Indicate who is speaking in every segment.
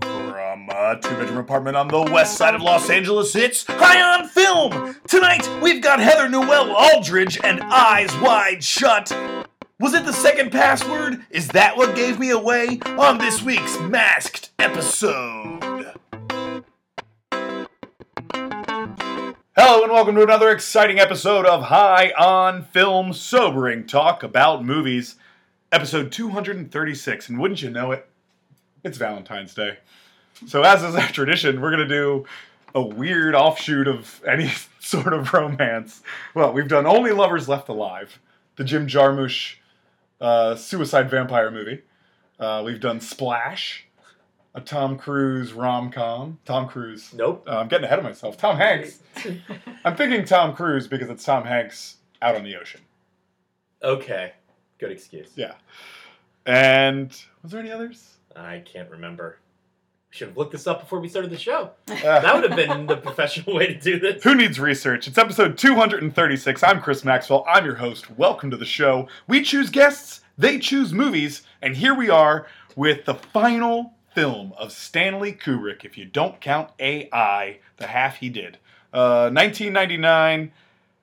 Speaker 1: From a two bedroom apartment on the west side of Los Angeles, it's High on Film! Tonight, we've got Heather Newell Aldridge and Eyes Wide Shut. Was it the second password? Is that what gave me away? On this week's Masked episode. Hello, and welcome to another exciting episode of High on Film Sobering Talk About Movies, episode 236. And wouldn't you know it, it's Valentine's Day. So, as is our tradition, we're going to do a weird offshoot of any sort of romance. Well, we've done Only Lovers Left Alive, the Jim Jarmusch uh, suicide vampire movie. Uh, we've done Splash, a Tom Cruise rom com. Tom Cruise.
Speaker 2: Nope.
Speaker 1: Uh, I'm getting ahead of myself. Tom Hanks. I'm thinking Tom Cruise because it's Tom Hanks out on the ocean.
Speaker 2: Okay. Good excuse.
Speaker 1: Yeah. And was there any others?
Speaker 2: I can't remember. We should have looked this up before we started the show.
Speaker 1: Uh,
Speaker 2: That would have been the professional way to do this.
Speaker 1: Who needs research? It's episode 236. I'm Chris Maxwell. I'm your host. Welcome to the show. We choose guests, they choose movies, and here we are with the final film of Stanley Kubrick, if you don't count AI, the half he did. Uh, 1999,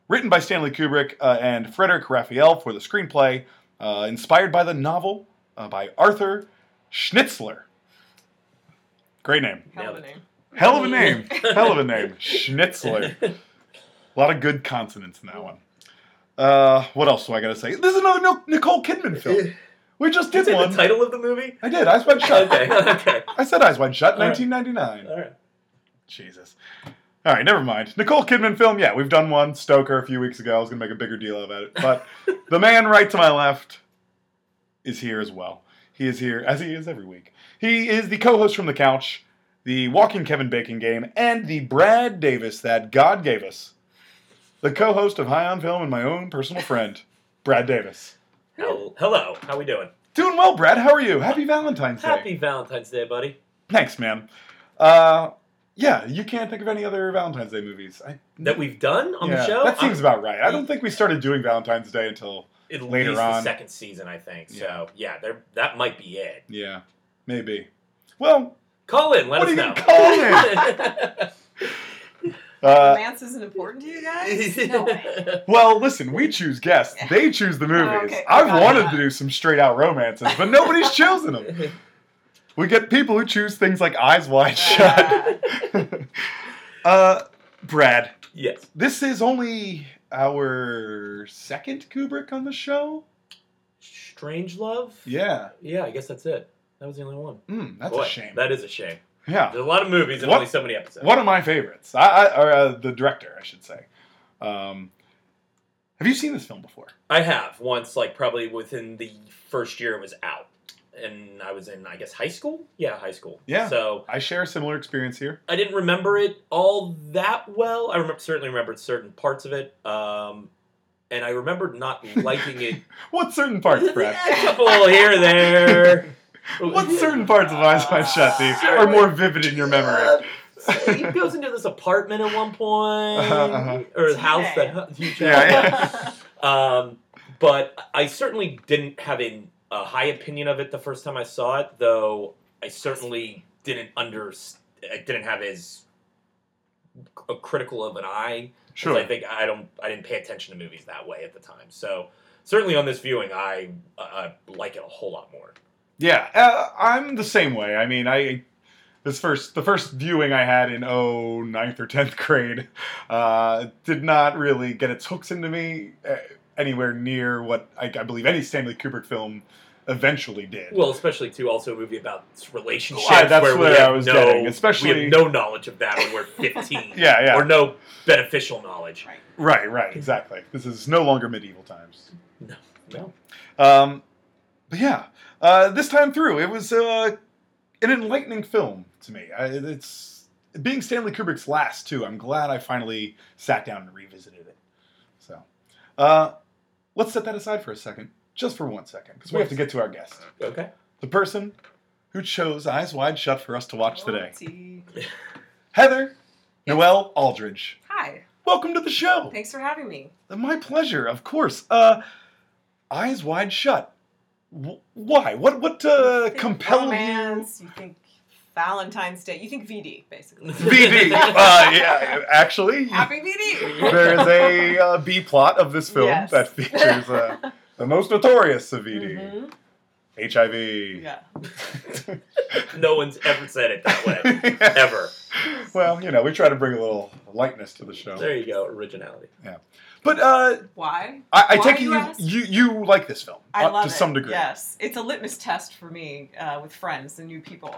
Speaker 1: written by Stanley Kubrick uh, and Frederick Raphael for the screenplay, uh, inspired by the novel uh, by Arthur Schnitzler. Great name.
Speaker 3: Hell of a
Speaker 2: Nailed
Speaker 3: name.
Speaker 1: Hell of a name. Hell of a name. Schnitzler. A lot of good consonants in that one. Uh, what else do I gotta say? This is another Nic- Nicole Kidman film. We just did
Speaker 2: Is it
Speaker 1: one.
Speaker 2: the title of the movie?
Speaker 1: I did. Eyes wide shut.
Speaker 2: Okay. Okay.
Speaker 1: I said eyes wide shut.
Speaker 2: All right.
Speaker 1: 1999.
Speaker 2: All right.
Speaker 1: Jesus. All right, never mind. Nicole Kidman film. Yeah, we've done one. Stoker a few weeks ago. I was gonna make a bigger deal about it, but the man right to my left is here as well. He is here as he is every week. He is the co-host from the couch, the walking Kevin Bacon game, and the Brad Davis that God gave us. The co-host of High on Film and my own personal friend, Brad Davis.
Speaker 2: Hel- Hello. How we doing?
Speaker 1: Doing well, Brad. How are you? Happy Valentine's Day.
Speaker 2: Happy Valentine's Day, buddy.
Speaker 1: Thanks, man. Uh, yeah, you can't think of any other Valentine's Day movies. I
Speaker 2: That we've done on the show.
Speaker 1: That seems
Speaker 2: I'm-
Speaker 1: about right. I don't think we started doing Valentine's Day until
Speaker 2: at
Speaker 1: later
Speaker 2: least the
Speaker 1: on.
Speaker 2: second season, I think. So yeah, there that might be it.
Speaker 1: yeah, maybe. Well,
Speaker 2: Call in. Let
Speaker 1: What
Speaker 2: us
Speaker 1: are you
Speaker 2: know.
Speaker 1: uh,
Speaker 3: Romance isn't important to you guys? No way.
Speaker 1: well, listen. We choose guests; they choose the movies.
Speaker 3: Oh, okay.
Speaker 1: I've
Speaker 3: Got
Speaker 1: wanted
Speaker 3: it.
Speaker 1: to do some straight out romances, but nobody's chosen them. We get people who choose things like Eyes Wide Shut. uh, Brad,
Speaker 2: yes.
Speaker 1: this is only our second Kubrick on the show.
Speaker 2: Strange Love.
Speaker 1: Yeah,
Speaker 2: Yeah. I guess that's it. That was the only one.
Speaker 1: mm, that's
Speaker 2: Boy,
Speaker 1: a shame.
Speaker 2: That is a shame.
Speaker 1: yeah,
Speaker 2: There's a lot of movies and
Speaker 1: What-
Speaker 2: only so many episodes.
Speaker 1: One of my favorites. I, I or uh, the director, I should say. Um, have you seen this film before?
Speaker 2: I have once, like probably within the first year it was out, and I was in, I guess, high school. Yeah, high school.
Speaker 1: Yeah.
Speaker 2: So
Speaker 1: I share a similar experience here.
Speaker 2: I didn't remember it all that well. I remember certainly remembered certain parts of it, um, and I remembered not liking it.
Speaker 1: What certain parts, Brad?
Speaker 2: a couple here there.
Speaker 1: What certain parts of Eyes Wide Shut do you- are more vivid in your memory?
Speaker 2: Uh, he goes into this apartment at one point,
Speaker 1: Uh-huh, uh-huh.
Speaker 2: or his house
Speaker 3: T-Day.
Speaker 2: that huge
Speaker 1: Yeah, yeah.
Speaker 2: Um, but I certainly didn't have a, a high opinion of it the first time I saw it, though I certainly didn't under I didn't have as a critical of an eye. 'cause
Speaker 1: Sure.
Speaker 2: I think I don't I didn't pay attention to movies that way at the time. So certainly on this viewing, I uh, like it a whole lot more.
Speaker 1: Yeah, uh, I'm the same way. I mean, I this first the first viewing I had in oh ninth or tenth grade uh, did not really get its hooks into me uh, anywhere near what I, I believe any Stanley Kubrick film eventually did.
Speaker 2: Well, especially too, also a movie about relationships
Speaker 1: Right, that's
Speaker 2: where we
Speaker 1: where Oh, I
Speaker 2: have
Speaker 1: was
Speaker 2: no,
Speaker 1: getting,
Speaker 2: we
Speaker 1: especially-
Speaker 2: have no knowledge of that when we're fifteen.
Speaker 1: Yeah, yeah.
Speaker 2: or no beneficial knowledge.
Speaker 3: Right.
Speaker 1: Right, right, exactly. This is no longer medieval times.
Speaker 2: No.
Speaker 1: Um, but yeah, uh, this time through, it was uh, an enlightening film to me. I, it's being Stanley Kubrick's last too. I'm glad I finally sat down and revisited it. So, uh, let's set that aside for a second, just for one second, because we have to get to our guest,
Speaker 2: Okay.
Speaker 1: the person who chose Eyes Wide Shut for us to watch today,
Speaker 3: Naughty.
Speaker 1: Heather Noelle Aldridge.
Speaker 3: Hi.
Speaker 1: Welcome to the show.
Speaker 3: Thanks for having me.
Speaker 1: My pleasure, of course. Uh, eyes wide shut. W- why? What? What uh,
Speaker 3: You think
Speaker 1: compelled you?
Speaker 3: romance, you? think Valentine's Day. You think VD, basically.
Speaker 1: VD. Uh, yeah, actually,
Speaker 3: Happy VD!
Speaker 1: there is a uh, B plot of this film
Speaker 3: Yes.
Speaker 1: that features uh, the most notorious of VD,
Speaker 3: Mhm.
Speaker 1: HIV.
Speaker 3: Yeah.
Speaker 2: no one's ever said it that way. Ever.
Speaker 1: Well, you know, we try to bring a little lightness to the show.
Speaker 2: There you go, originality.
Speaker 1: But uh,
Speaker 3: Why?
Speaker 1: I, I
Speaker 3: Why
Speaker 1: take it
Speaker 3: you
Speaker 1: you,
Speaker 3: ask?
Speaker 1: you you like this film
Speaker 3: I
Speaker 1: uh,
Speaker 3: love
Speaker 1: to
Speaker 3: it.
Speaker 1: some degree.
Speaker 3: Yes, it's a litmus test for me uh, with friends and new people.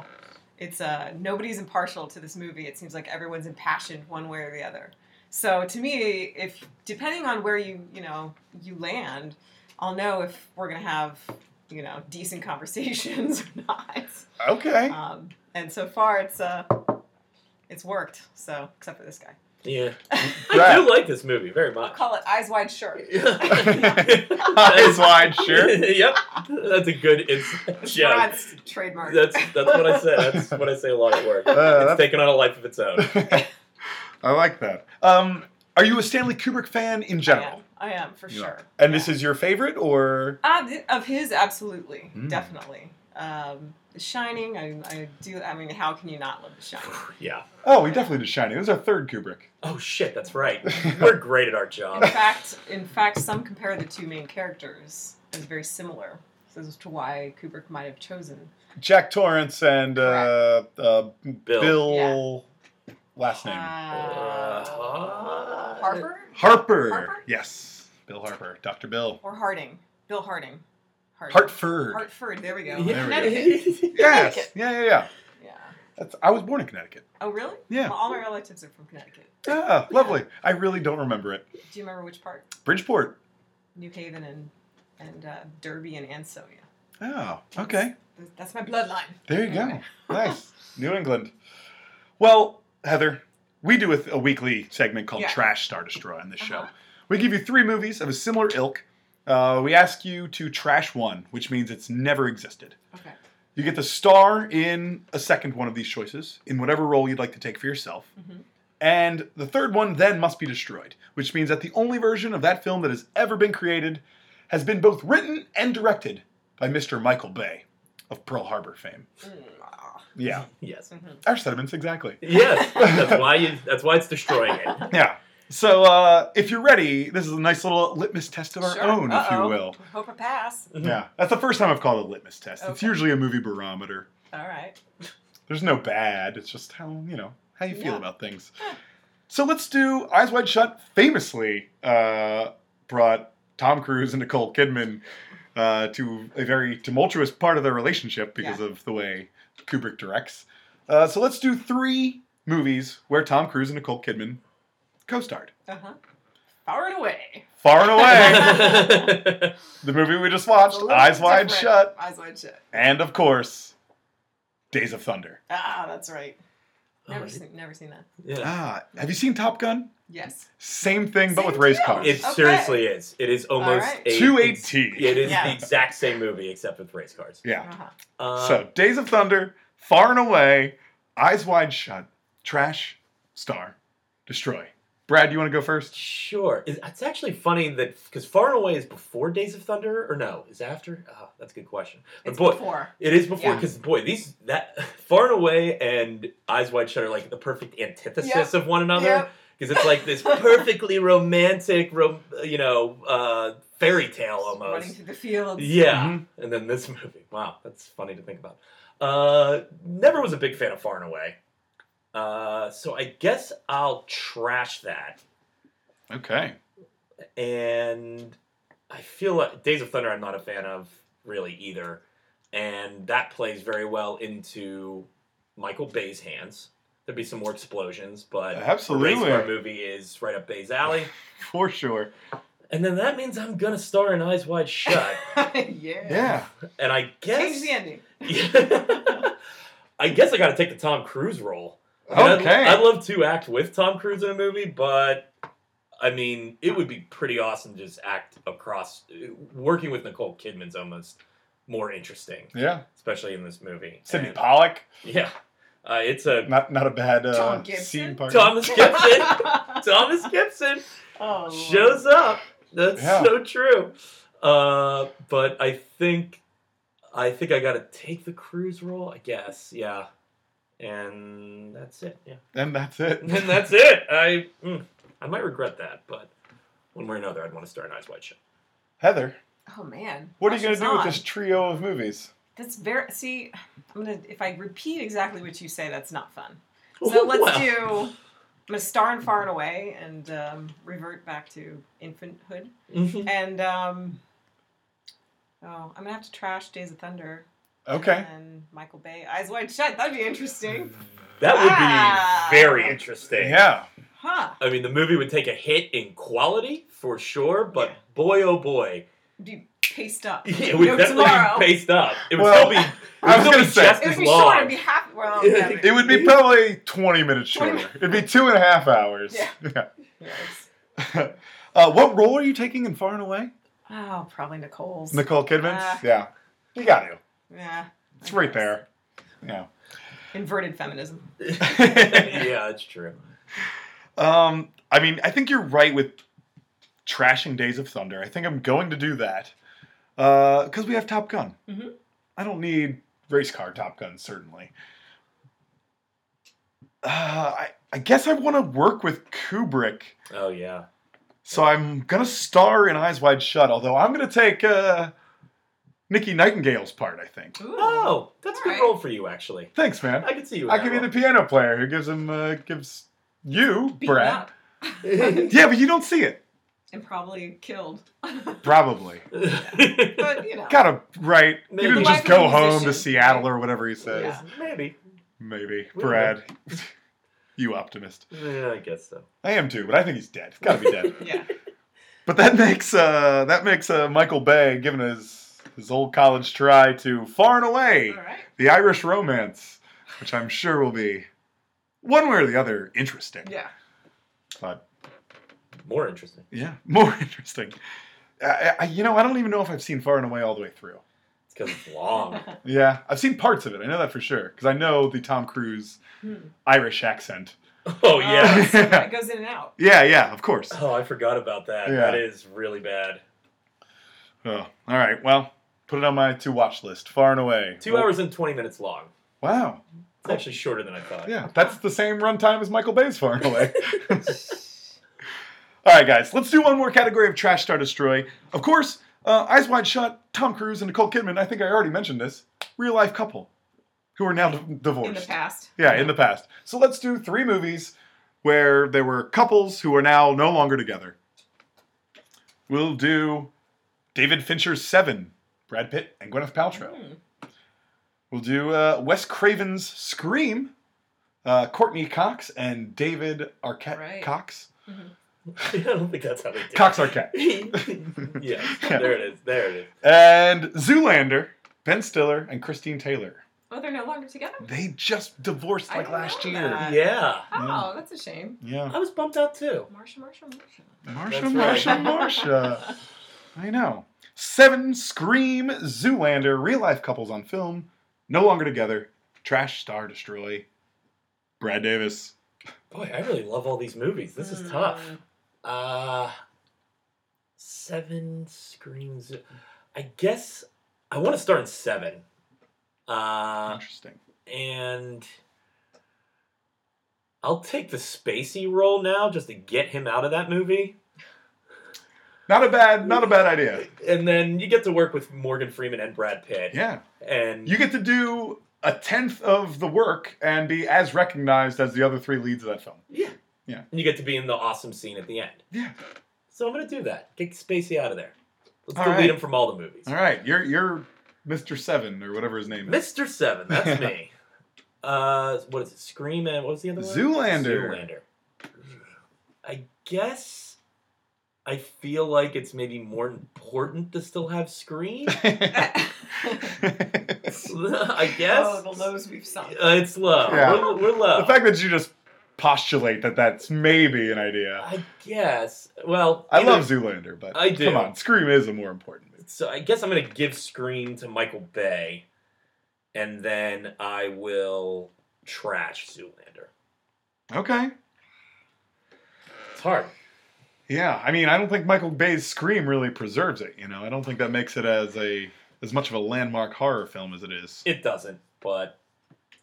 Speaker 3: It's uh, nobody's impartial to this movie. It seems like everyone's impassioned one way or the other. So to me, if depending on where you you know you land, I'll know if we're gonna have you know decent conversations or not.
Speaker 1: Okay.
Speaker 3: Um, and so far, it's uh, it's worked. So except for this guy,
Speaker 2: Yeah. I
Speaker 1: Brad.
Speaker 2: do like this movie very much.
Speaker 3: call it eyes wide shut. Uh,
Speaker 1: Eyes wide, sure.
Speaker 2: yep. That's a good it's yeah.
Speaker 3: Brad's trademark.
Speaker 2: That's that's what I said. That's what I say a lot at work.
Speaker 1: Uh,
Speaker 2: It's taken on a life of its own.
Speaker 1: that's- I like that. Um, are you a Stanley Kubrick fan in general?
Speaker 3: I am, I am for
Speaker 1: You
Speaker 3: sure.
Speaker 1: are. And this
Speaker 3: Yeah.
Speaker 1: is your favorite, or
Speaker 3: Uh, th- of his, absolutely,
Speaker 1: Mm.
Speaker 3: definitely. Um, The Shining, I, I do. I mean, how can you not love The Shining?
Speaker 2: Yeah.
Speaker 1: oh, we definitely did Shining. This is our third Kubrick.
Speaker 2: Oh shit, that's right. We're great at our job.
Speaker 3: In fact, in fact, some compare the two main characters as very similar. So as to why Kubrick might have chosen.
Speaker 1: Jack Torrance and uh, uh, Bill,
Speaker 2: Bill.
Speaker 1: last name Uh,
Speaker 2: Uh,
Speaker 3: uh, Harper
Speaker 1: Harper.
Speaker 3: Harper?
Speaker 1: Yes, Bill Harper, Doctor Bill
Speaker 3: or Harding? Bill Harding. Harding.
Speaker 1: Hartford.
Speaker 3: Hartford. There we go.
Speaker 1: Yeah. There
Speaker 3: Connecticut.
Speaker 1: yes,
Speaker 3: Connecticut.
Speaker 1: yeah, yeah, yeah.
Speaker 3: Yeah.
Speaker 1: That's, I was born in Connecticut.
Speaker 3: Oh, really?
Speaker 1: Yeah.
Speaker 3: Well, all my relatives are from Connecticut.
Speaker 1: Ah, lovely. I really don't remember it.
Speaker 3: Do you remember which part?
Speaker 1: Bridgeport.
Speaker 3: New Haven and and uh, Derby and Ansonia.
Speaker 1: Oh, okay.
Speaker 3: That's- That's my bloodline.
Speaker 1: There you go. Nice. New England. Well, Heather, we do a, a weekly segment called
Speaker 3: Yeah.
Speaker 1: Trash Star Destroy on this show.
Speaker 3: Uh-huh.
Speaker 1: We give you three movies of a similar ilk. Uh, we ask you to trash one, which means it's never existed.
Speaker 3: Okay.
Speaker 1: You get the star in a second one of these choices, in whatever role you'd like to take for yourself.
Speaker 3: Mhm.
Speaker 1: And the third one then must be destroyed, which means that the only version of that film that has ever been created has been both written and directed by Mr. Michael Bay of Pearl Harbor fame.
Speaker 3: Mm, ah.
Speaker 1: Yeah.
Speaker 2: Yes.
Speaker 3: Mhm.
Speaker 1: Our sentiments, exactly.
Speaker 2: Yes. That's why you that's why it's destroying it.
Speaker 1: Yeah. So uh, if you're ready, this is a nice little litmus test of our
Speaker 3: Sure.
Speaker 1: own, if you
Speaker 3: Uh-oh.
Speaker 1: will.
Speaker 3: Hope I pass.
Speaker 1: Yeah. That's the first time I've called it a litmus test. It's
Speaker 3: Okay.
Speaker 1: usually a movie barometer.
Speaker 3: All right.
Speaker 1: There's no bad. It's just how you know how you feel
Speaker 3: Yeah.
Speaker 1: about things. So let's do Eyes Wide Shut. Famously uh, brought Tom Cruise and Nicole Kidman uh, to a very tumultuous part of their relationship because of the way Kubrick directs. Uh, so let's do three movies where Tom Cruise and Nicole Kidman co-starred.
Speaker 3: Uh huh. Far and away.
Speaker 1: Far and away,
Speaker 2: Hey.
Speaker 1: the movie we just watched,
Speaker 3: It's a little
Speaker 1: Eyes Wide
Speaker 3: different.
Speaker 1: Shut,
Speaker 3: Eyes wide shut.
Speaker 1: and of course, Days of Thunder.
Speaker 3: Ah, that's right. Never
Speaker 2: Alright.
Speaker 3: seen. Never seen that.
Speaker 2: yeah.
Speaker 1: Ah, have you seen Top Gun?
Speaker 3: Yes.
Speaker 1: Same thing, but
Speaker 3: Same
Speaker 1: with race
Speaker 3: deal.
Speaker 1: cars.
Speaker 2: It
Speaker 3: Okay.
Speaker 2: seriously is. It is almost
Speaker 3: Alright.
Speaker 2: a
Speaker 1: Two
Speaker 2: it's-
Speaker 1: eighteen.
Speaker 2: It is
Speaker 3: Yeah.
Speaker 2: the exact same movie except with race cars.
Speaker 1: Yeah.
Speaker 3: Uh-huh.
Speaker 2: Um,
Speaker 1: so Days of Thunder, Far and Away, Eyes Wide Shut, Trash, Star, Destroy. Brad, you want to go first?
Speaker 2: Sure. Is- It's actually funny that because Far and Away is before Days of Thunder or no? Is it after? Oh, that's a good question. But
Speaker 3: It's
Speaker 2: boy,
Speaker 3: before.
Speaker 2: it is before
Speaker 3: Yeah.
Speaker 2: because boy, these that Far and Away and Eyes Wide Shut are like the perfect antithesis of one another
Speaker 3: Yep.
Speaker 2: because it's like this perfectly romantic, rom- you know, uh, fairy tale
Speaker 3: Running
Speaker 2: almost.
Speaker 3: through the fields.
Speaker 2: Yeah, and then this movie. Wow, that's funny to think about. Uh, never was a big fan of Far and Away. Uh, so I guess I'll trash that
Speaker 1: Okay.
Speaker 2: and I feel like Days of Thunder I'm not a fan of really either, and that plays very well into Michael Bay's hands. There'd be some more explosions, but the race
Speaker 1: Absolutely.
Speaker 2: car movie is right up Bay's alley,
Speaker 1: For sure.
Speaker 2: and then that means I'm gonna star in Eyes Wide Shut,
Speaker 3: yeah.
Speaker 1: Yeah.
Speaker 2: and I
Speaker 3: Change
Speaker 2: guess
Speaker 3: the ending.
Speaker 2: I guess I gotta take the Tom Cruise role. I mean, I'd-
Speaker 1: Okay.
Speaker 2: I'd, love to act with Tom Cruise in a movie, but I mean, it would be pretty awesome to just act across. Working with Nicole Kidman's almost more interesting,
Speaker 1: Yeah.
Speaker 2: especially in this movie.
Speaker 1: Sidney
Speaker 2: And-
Speaker 1: Pollock.
Speaker 2: Yeah. Uh, it's a.
Speaker 1: Not not a bad uh,
Speaker 3: Tom Gibson?
Speaker 1: scene part.
Speaker 2: Thomas Gibson. Thomas Gibson
Speaker 3: oh, Lord.
Speaker 2: shows up. That's
Speaker 1: Yeah.
Speaker 2: so true. Uh, but I think. I think I gotta take the Cruise role, I guess. Yeah. and that's it. Yeah,
Speaker 1: And that's it.
Speaker 2: and that's it. I mm, I might regret that, but one way or another, I'd want to star an Eyes Wide Shut.
Speaker 1: Heather,
Speaker 3: Oh man.
Speaker 1: what are you going
Speaker 3: Pressure's
Speaker 1: to do with
Speaker 3: on.
Speaker 1: this trio of movies?
Speaker 3: That's very see. I'm gonna if I repeat exactly what you say, that's not fun. So
Speaker 2: Well,
Speaker 3: let's do. I'm gonna star in Far and Away and um, revert back to infanthood.
Speaker 2: Mhm.
Speaker 3: And um, oh, I'm gonna have to trash Days of Thunder.
Speaker 1: Okay.
Speaker 3: And Michael Bay, Eyes Wide Shut. That'd be interesting,
Speaker 2: That would be
Speaker 3: Ah.
Speaker 2: very interesting.
Speaker 1: Yeah.
Speaker 3: huh?
Speaker 2: I mean, the movie would take a hit in quality for sure, but
Speaker 3: Yeah.
Speaker 2: boy, oh boy,
Speaker 3: Be paced up.
Speaker 2: it would
Speaker 3: No
Speaker 2: definitely
Speaker 3: tomorrow.
Speaker 2: be paced up. It would
Speaker 1: Well,
Speaker 2: still be. It would
Speaker 1: I was
Speaker 2: still
Speaker 1: gonna
Speaker 2: be
Speaker 1: say-
Speaker 2: just
Speaker 3: It
Speaker 2: as
Speaker 3: would be
Speaker 2: long.
Speaker 3: short. It'd be half. Well,
Speaker 2: Yeah,
Speaker 3: yeah,
Speaker 1: It would be probably 20 minutes shorter.
Speaker 3: 20
Speaker 1: It'd be two and a half hours.
Speaker 3: Yeah.
Speaker 1: Yeah.
Speaker 3: but- yes.
Speaker 1: uh, what role are you taking in Far and Away?
Speaker 3: Oh, probably Nicole's.
Speaker 1: Nicole Kidman?
Speaker 3: Uh,
Speaker 1: yeah. You got to.
Speaker 3: yeah.
Speaker 1: It's
Speaker 3: I
Speaker 1: right
Speaker 3: guess.
Speaker 1: there. Yeah.
Speaker 3: Inverted feminism.
Speaker 2: yeah, that's true.
Speaker 1: Um, I mean, I think you're right with trashing Days of Thunder. I think I'm going to do that because we have Top Gun.
Speaker 2: Mm-hmm.
Speaker 3: Mhm.
Speaker 1: I don't need race car Top Gun certainly. Uh, I I guess I want to work with Kubrick,
Speaker 2: Oh yeah.
Speaker 1: so I'm gonna star in Eyes Wide Shut. Although I'm gonna take uh, Nikki Nightingale's part. I think.
Speaker 3: Ooh.
Speaker 2: Oh, that's a good
Speaker 3: Alright.
Speaker 2: role for you, actually.
Speaker 1: Thanks, man.
Speaker 2: I can see you. in
Speaker 1: I
Speaker 2: that
Speaker 1: could be
Speaker 2: role.
Speaker 1: the piano player who gives him uh, gives you
Speaker 3: Beaten
Speaker 1: Brad.
Speaker 3: up
Speaker 1: Yeah, but you don't see it.
Speaker 3: and probably killed.
Speaker 1: Probably.
Speaker 3: But you know.
Speaker 1: Gotta right. He
Speaker 2: Maybe.
Speaker 1: didn't just
Speaker 2: The
Speaker 3: wife of a
Speaker 1: go home to
Speaker 3: musician.
Speaker 1: Seattle or whatever he says.
Speaker 3: Yeah.
Speaker 2: Maybe.
Speaker 1: Maybe.
Speaker 2: We
Speaker 1: Brad. you optimist.
Speaker 2: Yeah, I guess so.
Speaker 1: I am too, but I think he's dead. It's gotta be dead.
Speaker 3: Yeah.
Speaker 1: but that makes uh that makes uh Michael Bay giving his his old college try to far and away
Speaker 3: All right.
Speaker 1: the Irish romance, which I'm sure will be one way or the other interesting.
Speaker 3: Yeah.
Speaker 1: But
Speaker 2: More interesting.
Speaker 1: yeah, more interesting. I, I, you know, I don't even know if I've seen Far and Away all the way through.
Speaker 2: It's because it's long.
Speaker 1: Yeah, I've seen parts of it. I know that for sure because I know the Tom Cruise
Speaker 3: Hmm.
Speaker 1: Irish accent.
Speaker 2: Oh yeah.
Speaker 3: so it goes in and out.
Speaker 1: Yeah, yeah, of course.
Speaker 2: Oh, I forgot about that.
Speaker 1: Yeah.
Speaker 2: That is really bad.
Speaker 1: Oh, all right. Well, put it on my to watch list, far and away.
Speaker 2: Two hours and twenty minutes long.
Speaker 1: Wow.
Speaker 2: It's actually shorter than I thought.
Speaker 1: Yeah, that's the same runtime as Michael Bay's Far and Away. all right, guys, let's do one more category of Trash Star Destroy. Of course, uh, Eyes Wide Shut, Tom Cruise, and Nicole Kidman. I think I already mentioned this. Real life couple who are now d- divorced.
Speaker 3: In the past.
Speaker 1: Yeah, in the past. So let's do three movies where there were couples who are now no longer together. We'll do David Fincher's Seven, Brad Pitt and Gwyneth Paltrow.
Speaker 3: Hmm.
Speaker 1: We'll do uh, Wes Craven's Scream, uh, Courtney Cox and David Arquette
Speaker 3: Right.
Speaker 1: Cox.
Speaker 2: I don't think that's how they did. it.
Speaker 1: Cox Arquette.
Speaker 2: yeah, there it is. There it is.
Speaker 1: And Zoolander, Ben Stiller and Christine Taylor.
Speaker 3: Oh, they're no longer together?
Speaker 1: They just divorced
Speaker 3: I
Speaker 1: like
Speaker 3: didn't
Speaker 1: last
Speaker 3: know
Speaker 1: year.
Speaker 3: that.
Speaker 2: Yeah,
Speaker 3: Oh, that's a shame.
Speaker 1: Yeah.
Speaker 2: I was bumped out too.
Speaker 3: Marsha, Marsha, Marsha.
Speaker 1: Marsha,
Speaker 2: That's
Speaker 1: Marsha,
Speaker 2: right.
Speaker 1: Marsha. I know. Seven, Scream, Zoolander, real life couples on film, no longer together, trash, star, destroy. Brad Davis.
Speaker 2: Boy, I really love all these movies. This is tough.
Speaker 3: Hmm.
Speaker 2: Uh, seven screams. I guess I want to start in seven. Uh,
Speaker 1: Interesting.
Speaker 2: and I'll take the Spacey role now just to get him out of that movie.
Speaker 1: Not a bad, not a bad idea.
Speaker 2: And then you get to work with Morgan Freeman and Brad Pitt.
Speaker 1: Yeah.
Speaker 2: And
Speaker 1: You get to do a tenth of the work and be as recognized as the other three leads of that film.
Speaker 2: yeah.
Speaker 1: Yeah.
Speaker 2: And you get to be in the awesome scene at the end.
Speaker 1: Yeah.
Speaker 2: So I'm gonna do that. Get Spacey out of there. Let's
Speaker 1: All
Speaker 2: delete
Speaker 1: right.
Speaker 2: him from all the movies.
Speaker 1: All right. You're you're Mr. Seven or whatever his name is.
Speaker 2: Mr. Seven, that's me. Uh, what is it? Scream and what was the other one?
Speaker 1: Zoolander.
Speaker 2: Zoolander. I guess I feel like it's maybe more important to still have Scream. I guess.
Speaker 3: Hmm. Oh, the lows we've sunk.
Speaker 2: Uh, it's low.
Speaker 1: Yeah.
Speaker 2: We're, we're low.
Speaker 1: the fact that you just postulate that that's maybe an idea.
Speaker 2: I guess. Well,
Speaker 1: I
Speaker 2: either-
Speaker 1: love Zoolander, but
Speaker 2: I do.
Speaker 1: Come on, Scream is a more important movie.
Speaker 2: So I guess I'm gonna give Scream to Michael Bay, and then I will trash Zoolander.
Speaker 1: Okay.
Speaker 2: It's hard.
Speaker 1: Yeah, I mean, I don't think Michael Bay's Scream really preserves it. You know, I don't think that makes it as a as much of a landmark horror film as it is.
Speaker 2: It doesn't, but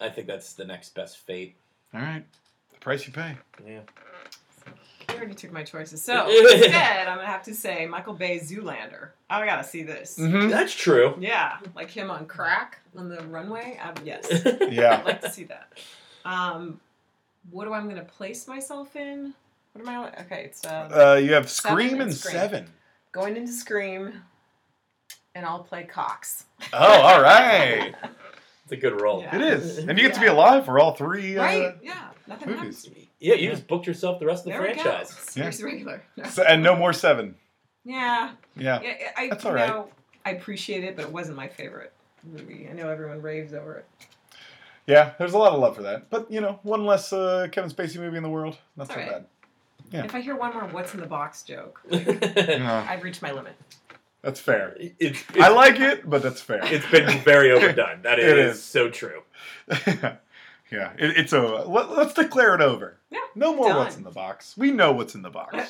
Speaker 2: I think that's the next best fate.
Speaker 1: All right. The price you pay.
Speaker 2: Yeah.
Speaker 3: I already took my choices. So instead, I'm gonna have to say Michael Bay Zoolander. I gotta see this.
Speaker 1: Mm-hmm.
Speaker 2: That's true.
Speaker 3: Yeah, like him on crack on the runway. Um, yes, I'd
Speaker 1: Yeah.
Speaker 3: like to see that. Um, what do I'm gonna place myself in? What am I? Okay, it's uh,
Speaker 1: Uh, you have Scream
Speaker 3: Seven and
Speaker 1: and
Speaker 3: Scream.
Speaker 1: Seven.
Speaker 3: going into Scream, and I'll play Cox.
Speaker 1: Oh, all right.
Speaker 2: It's a good role.
Speaker 3: Yeah.
Speaker 1: It is. And you get to be alive for all three. Uh,
Speaker 3: Right? Yeah. Nothing happens.
Speaker 1: movies.
Speaker 2: Yeah, you just booked yourself the rest of the
Speaker 3: There we
Speaker 2: franchise.
Speaker 3: go. Series regular. No.
Speaker 1: So- and no more seven.
Speaker 3: Yeah.
Speaker 1: Yeah.
Speaker 3: Yeah, I,
Speaker 1: That's
Speaker 3: you
Speaker 1: all right.
Speaker 3: know, I appreciate it, but it wasn't my favorite movie. I know everyone raves over it.
Speaker 1: Yeah. There's a lot of love for that. But, you know, one less uh, Kevin Spacey movie in the world. Not so
Speaker 3: All right.
Speaker 1: bad. Yeah.
Speaker 3: If I hear one more "What's in the box" joke,
Speaker 1: No,
Speaker 3: I've reached my limit.
Speaker 1: that's fair.
Speaker 2: It- it's-
Speaker 1: I like it, but that's fair.
Speaker 2: It's been very overdone. That
Speaker 1: It
Speaker 2: is,
Speaker 1: is.
Speaker 2: so true.
Speaker 1: yeah. It, it's over. Let, let's declare it over.
Speaker 3: Yeah,
Speaker 1: No more
Speaker 3: done.
Speaker 1: what's in the box. We know what's in the box.
Speaker 3: Yeah.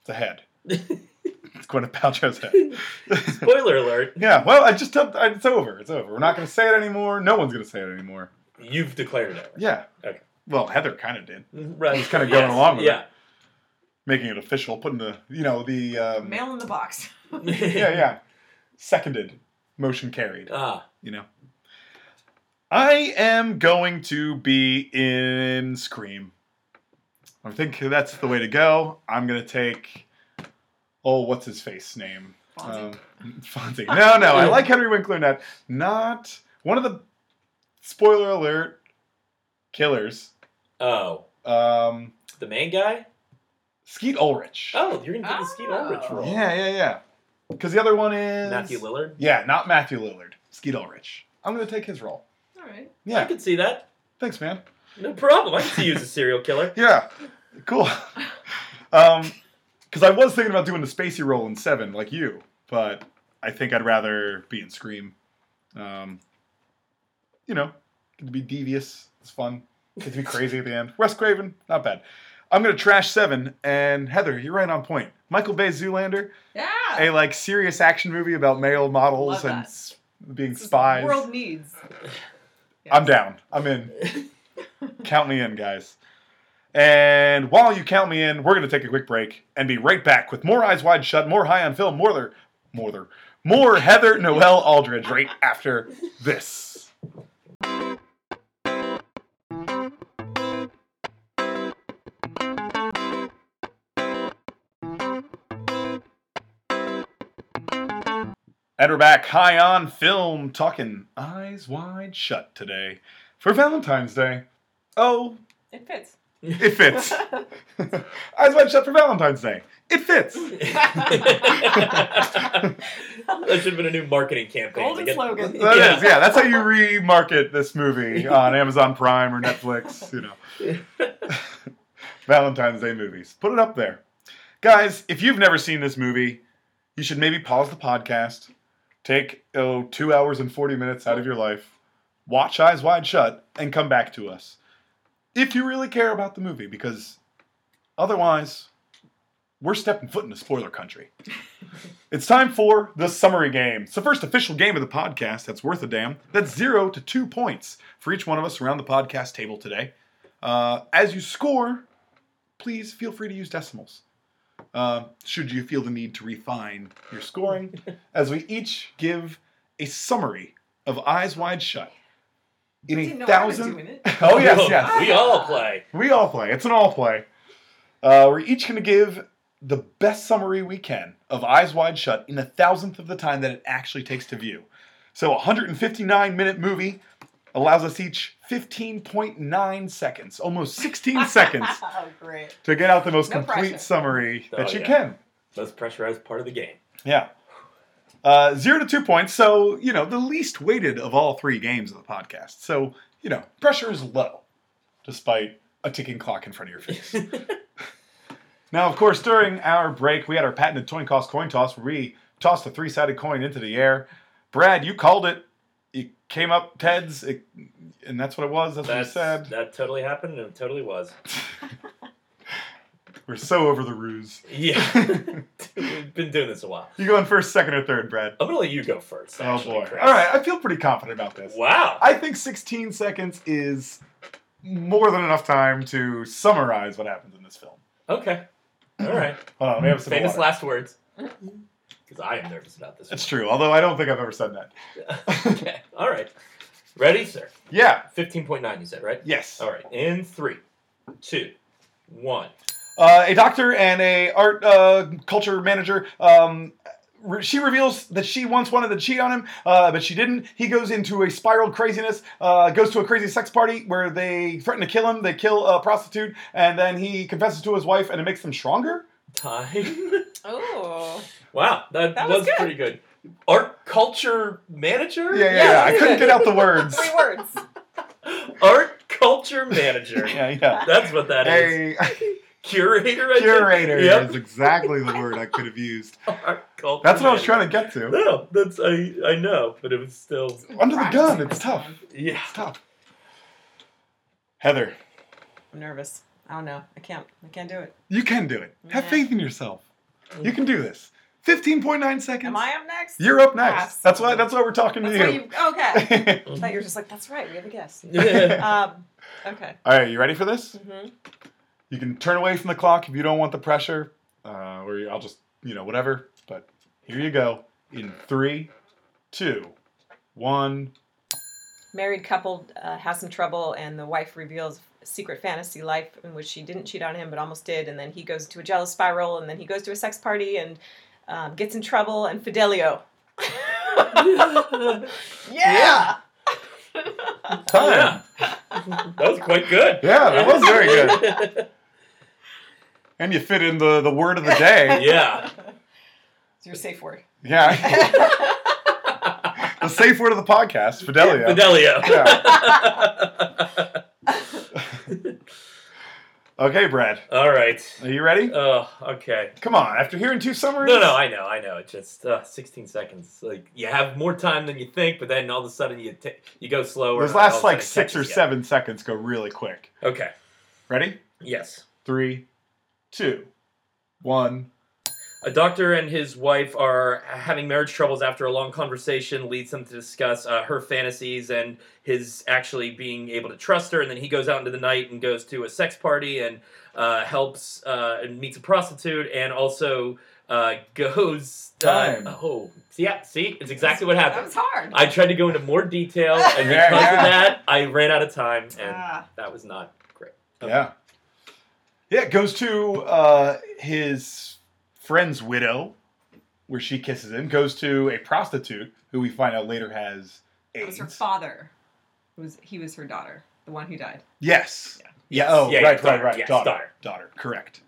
Speaker 1: It's a head. it's Gwyneth Paltrow's head.
Speaker 2: Spoiler alert:
Speaker 1: Yeah, well, I just tell- I- it's over. It's over. We're not going to say it anymore. No one's going to say it anymore.
Speaker 2: you've declared it.
Speaker 1: Yeah.
Speaker 2: Okay.
Speaker 1: Well, Heather kind of did,
Speaker 2: over. Right?
Speaker 1: He's kinda going along with
Speaker 2: yeah.
Speaker 1: making it official, putting the you know the um, yeah
Speaker 3: Mail in the box.
Speaker 1: yeah seconded motion carried.
Speaker 2: Ah,
Speaker 1: You know, I am going to be in Scream. I think that's the way to go. I'm going to take. Oh, what's his face name?
Speaker 3: Fonzie.
Speaker 1: Um, Fonzie. No, no, I like Henry Winkler in that. Not one of the spoiler alert killers.
Speaker 2: oh,
Speaker 1: Um,
Speaker 2: the main guy.
Speaker 1: Skeet Ulrich.
Speaker 2: Oh, you're gonna take the Skeet
Speaker 3: Oh.
Speaker 2: Ulrich role.
Speaker 1: Yeah, yeah, yeah. Because the other one is
Speaker 2: Matthew Lillard.
Speaker 1: Yeah, not Matthew Lillard. Skeet Ulrich. I'm gonna take his role.
Speaker 3: All right.
Speaker 2: I
Speaker 1: Yeah.
Speaker 2: could see that.
Speaker 1: Thanks, man.
Speaker 2: No problem. I can see you as a serial killer.
Speaker 1: Yeah. Cool. um, because I was thinking about doing the Spacey role in Seven, like you, but I think I'd rather be in Scream. Um, you know, get to be devious. It's fun. Get to be crazy at the end. Wes Craven, not bad. I'm gonna trash Seven and Heather. You're right on point. Michael Bay Zoolander,
Speaker 3: Yeah.
Speaker 1: a like serious action movie about male models
Speaker 3: Love
Speaker 1: and
Speaker 3: that.
Speaker 1: s- being
Speaker 3: This is
Speaker 1: spies.
Speaker 3: World needs. Yes.
Speaker 1: I'm down. I'm in. count me in, guys. And while you count me in, we're going to take a quick break and be right back with more Eyes Wide Shut, more High on Film, more there, more there, more Heather Noel Aldridge right after this. And we're back high on film, talking eyes wide shut today for Valentine's Day. Oh,
Speaker 3: It fits.
Speaker 1: it fits. eyes wide shut for Valentine's Day. It fits.
Speaker 2: that should have been a new marketing campaign.
Speaker 3: Golden
Speaker 2: to get-
Speaker 3: slogan.
Speaker 1: That
Speaker 2: Yeah.
Speaker 1: is, yeah. That's how you remarket this movie on Amazon Prime or Netflix, you know. Valentine's Day movies. Put it up there. Guys, if you've never seen this movie, you should maybe pause the podcast, take oh, two hours and 40 minutes out of your life, watch Eyes Wide Shut, and come back to us. If you really care about the movie, because otherwise, we're stepping foot into spoiler country. It's time for the summary game. It's the first official game of the podcast that's worth a damn. That's zero to two points for each one of us around the podcast table today. Uh, as you score, please feel free to use decimals. Uh, should you feel the need to refine your scoring, as we each give a summary of Eyes Wide Shut in
Speaker 3: I
Speaker 1: a
Speaker 3: didn't know I was
Speaker 1: thousand.
Speaker 3: doing it.
Speaker 1: Oh yes, yes.
Speaker 2: We all play.
Speaker 1: We all play. It's an all play. Uh, we're each going to give the best summary we can of Eyes Wide Shut in a thousandth of the time that it actually takes to view. So a 159 minute movie allows us each 15.9 seconds, almost 16 seconds,
Speaker 3: oh, great.
Speaker 1: to get out the most
Speaker 3: No
Speaker 1: complete
Speaker 3: pressure.
Speaker 1: summary that
Speaker 2: Oh,
Speaker 1: you
Speaker 2: yeah.
Speaker 1: can.
Speaker 2: Most pressurized part of the game.
Speaker 1: Yeah. Uh, zero to two points, so you know the least weighted of all three games of the podcast. So you know pressure is low, despite a ticking clock in front of your face. now, of course, during our break, we had our patented coin toss coin toss, where we tossed a three-sided coin into the air. Brad, you called it. It came up Ted's, it, and that's what it was. That's,
Speaker 2: That's,
Speaker 1: what you said.
Speaker 2: that totally happened and it totally was.
Speaker 1: We're so over the ruse.
Speaker 2: Yeah, we've been doing this a while.
Speaker 1: You going first, second, or third, Brad?
Speaker 2: I'm gonna let you go first.
Speaker 1: Oh
Speaker 2: actually,
Speaker 1: boy!
Speaker 2: Chris.
Speaker 1: All right, I feel pretty confident about this.
Speaker 2: Wow.
Speaker 1: I think 16 seconds is more than enough time to summarize what happens in this film.
Speaker 2: Okay. All right.
Speaker 1: Hold on, let me have a sip of
Speaker 2: Famous
Speaker 1: water.
Speaker 2: last words. Because I am nervous about this.
Speaker 1: It's true, although I don't think I've ever said that.
Speaker 2: one. okay. All right. Ready, sir.
Speaker 1: Yeah.
Speaker 2: Fifteen point nine. You said right.
Speaker 1: Yes.
Speaker 2: All right. In three, two, one.
Speaker 1: Uh, a doctor and a art uh, culture manager. Um, re- she reveals that she once wanted to cheat on him, uh, but she didn't. He goes into a spiraled craziness. Uh, goes to a crazy sex party where they threaten to kill him. They kill a prostitute, and then he confesses to his wife, and it makes them stronger.
Speaker 2: Time.
Speaker 3: Oh,
Speaker 2: wow. That,
Speaker 3: That
Speaker 2: was,
Speaker 3: was good.
Speaker 2: pretty good. Art culture manager.
Speaker 1: Yeah, yeah,
Speaker 3: Yeah,
Speaker 1: yeah. I
Speaker 3: that's
Speaker 1: couldn't
Speaker 3: good.
Speaker 1: get out the words.
Speaker 3: three words.
Speaker 2: Art culture manager.
Speaker 1: yeah, yeah.
Speaker 2: That's what that is.
Speaker 1: A
Speaker 2: Curator. I think?
Speaker 1: curator
Speaker 2: Yep.
Speaker 1: is exactly the word I could have used.
Speaker 2: Art culture.
Speaker 1: That's what I was
Speaker 2: manager.
Speaker 1: trying to get to.
Speaker 2: No, that's I I know, but it was still
Speaker 1: Under the gun, it's tough.
Speaker 2: yeah.
Speaker 1: It's tough. Heather,
Speaker 3: I'm nervous. I don't know. I can't. I can't do it.
Speaker 1: you can do it. Have
Speaker 3: Yeah.
Speaker 1: faith in yourself. You can do this. 15.9 seconds.
Speaker 3: Am I up next?
Speaker 1: You're up next.
Speaker 3: Pass.
Speaker 1: That's why that's why we're talking
Speaker 3: That's
Speaker 1: to
Speaker 3: what
Speaker 1: you.
Speaker 3: you. Okay. I thought you were just like, that's right. We have a guest.
Speaker 2: Yeah.
Speaker 3: Um, okay.
Speaker 1: All right, you ready for this?
Speaker 3: hmm
Speaker 1: You can turn away from the clock if you don't want the pressure, uh, or I'll just, you know, whatever. But here you go. In three, two, one.
Speaker 3: Married couple uh, has some trouble, and the wife reveals a secret fantasy life in which she didn't cheat on him, but almost did. And then he goes into a jealous spiral, and then he goes to a sex party and um, gets in trouble. And Fidelio. yeah.
Speaker 1: Time.
Speaker 2: that was quite good.
Speaker 1: yeah, that was very good. And you fit in the, the word of the day.
Speaker 2: yeah.
Speaker 3: It's your safe word.
Speaker 1: yeah. the safe word of the podcast, Fidelio.
Speaker 2: Fidelio.
Speaker 1: Okay, Brad.
Speaker 2: All right.
Speaker 1: Are you ready?
Speaker 2: Oh, okay.
Speaker 1: Come on. After hearing two summaries.
Speaker 2: No, no, I know, I know. It's just uh, 16 seconds. Like you have more time than you think, but then all of a sudden you ta you go slower.
Speaker 1: Those
Speaker 2: and all of a
Speaker 1: last
Speaker 2: sudden
Speaker 1: like
Speaker 2: it
Speaker 1: six or
Speaker 2: catches you.
Speaker 1: seven seconds go really quick.
Speaker 2: Okay.
Speaker 1: Ready?
Speaker 2: Yes.
Speaker 1: Three, two, one.
Speaker 2: A doctor and his wife are having marriage troubles after a long conversation leads them to discuss uh, her fantasies and his actually being able to trust her. And then he goes out into the night and goes to a sex party and uh, helps uh, and meets a prostitute and also uh, goes. uh,
Speaker 1: Time.
Speaker 2: oh, see, yeah, see, it's exactly what
Speaker 3: That was
Speaker 2: happened.
Speaker 3: hard.
Speaker 2: I tried to go into more detail, and because
Speaker 1: Yeah, yeah.
Speaker 2: of that, I ran out of time, and
Speaker 3: Ah.
Speaker 2: that was not great.
Speaker 1: Yeah. Yeah, it goes to uh, his friend's widow, where she kisses him, goes to a prostitute who we find out later has
Speaker 3: It was
Speaker 1: AIDS.
Speaker 3: her father. It was he was her daughter, the one who died.
Speaker 1: Yes. Yeah. Oh,
Speaker 2: Yeah, yeah,
Speaker 1: right, right,
Speaker 2: daughter,
Speaker 1: right.
Speaker 2: yes,
Speaker 1: daughter, daughter.
Speaker 2: daughter.
Speaker 1: Correct.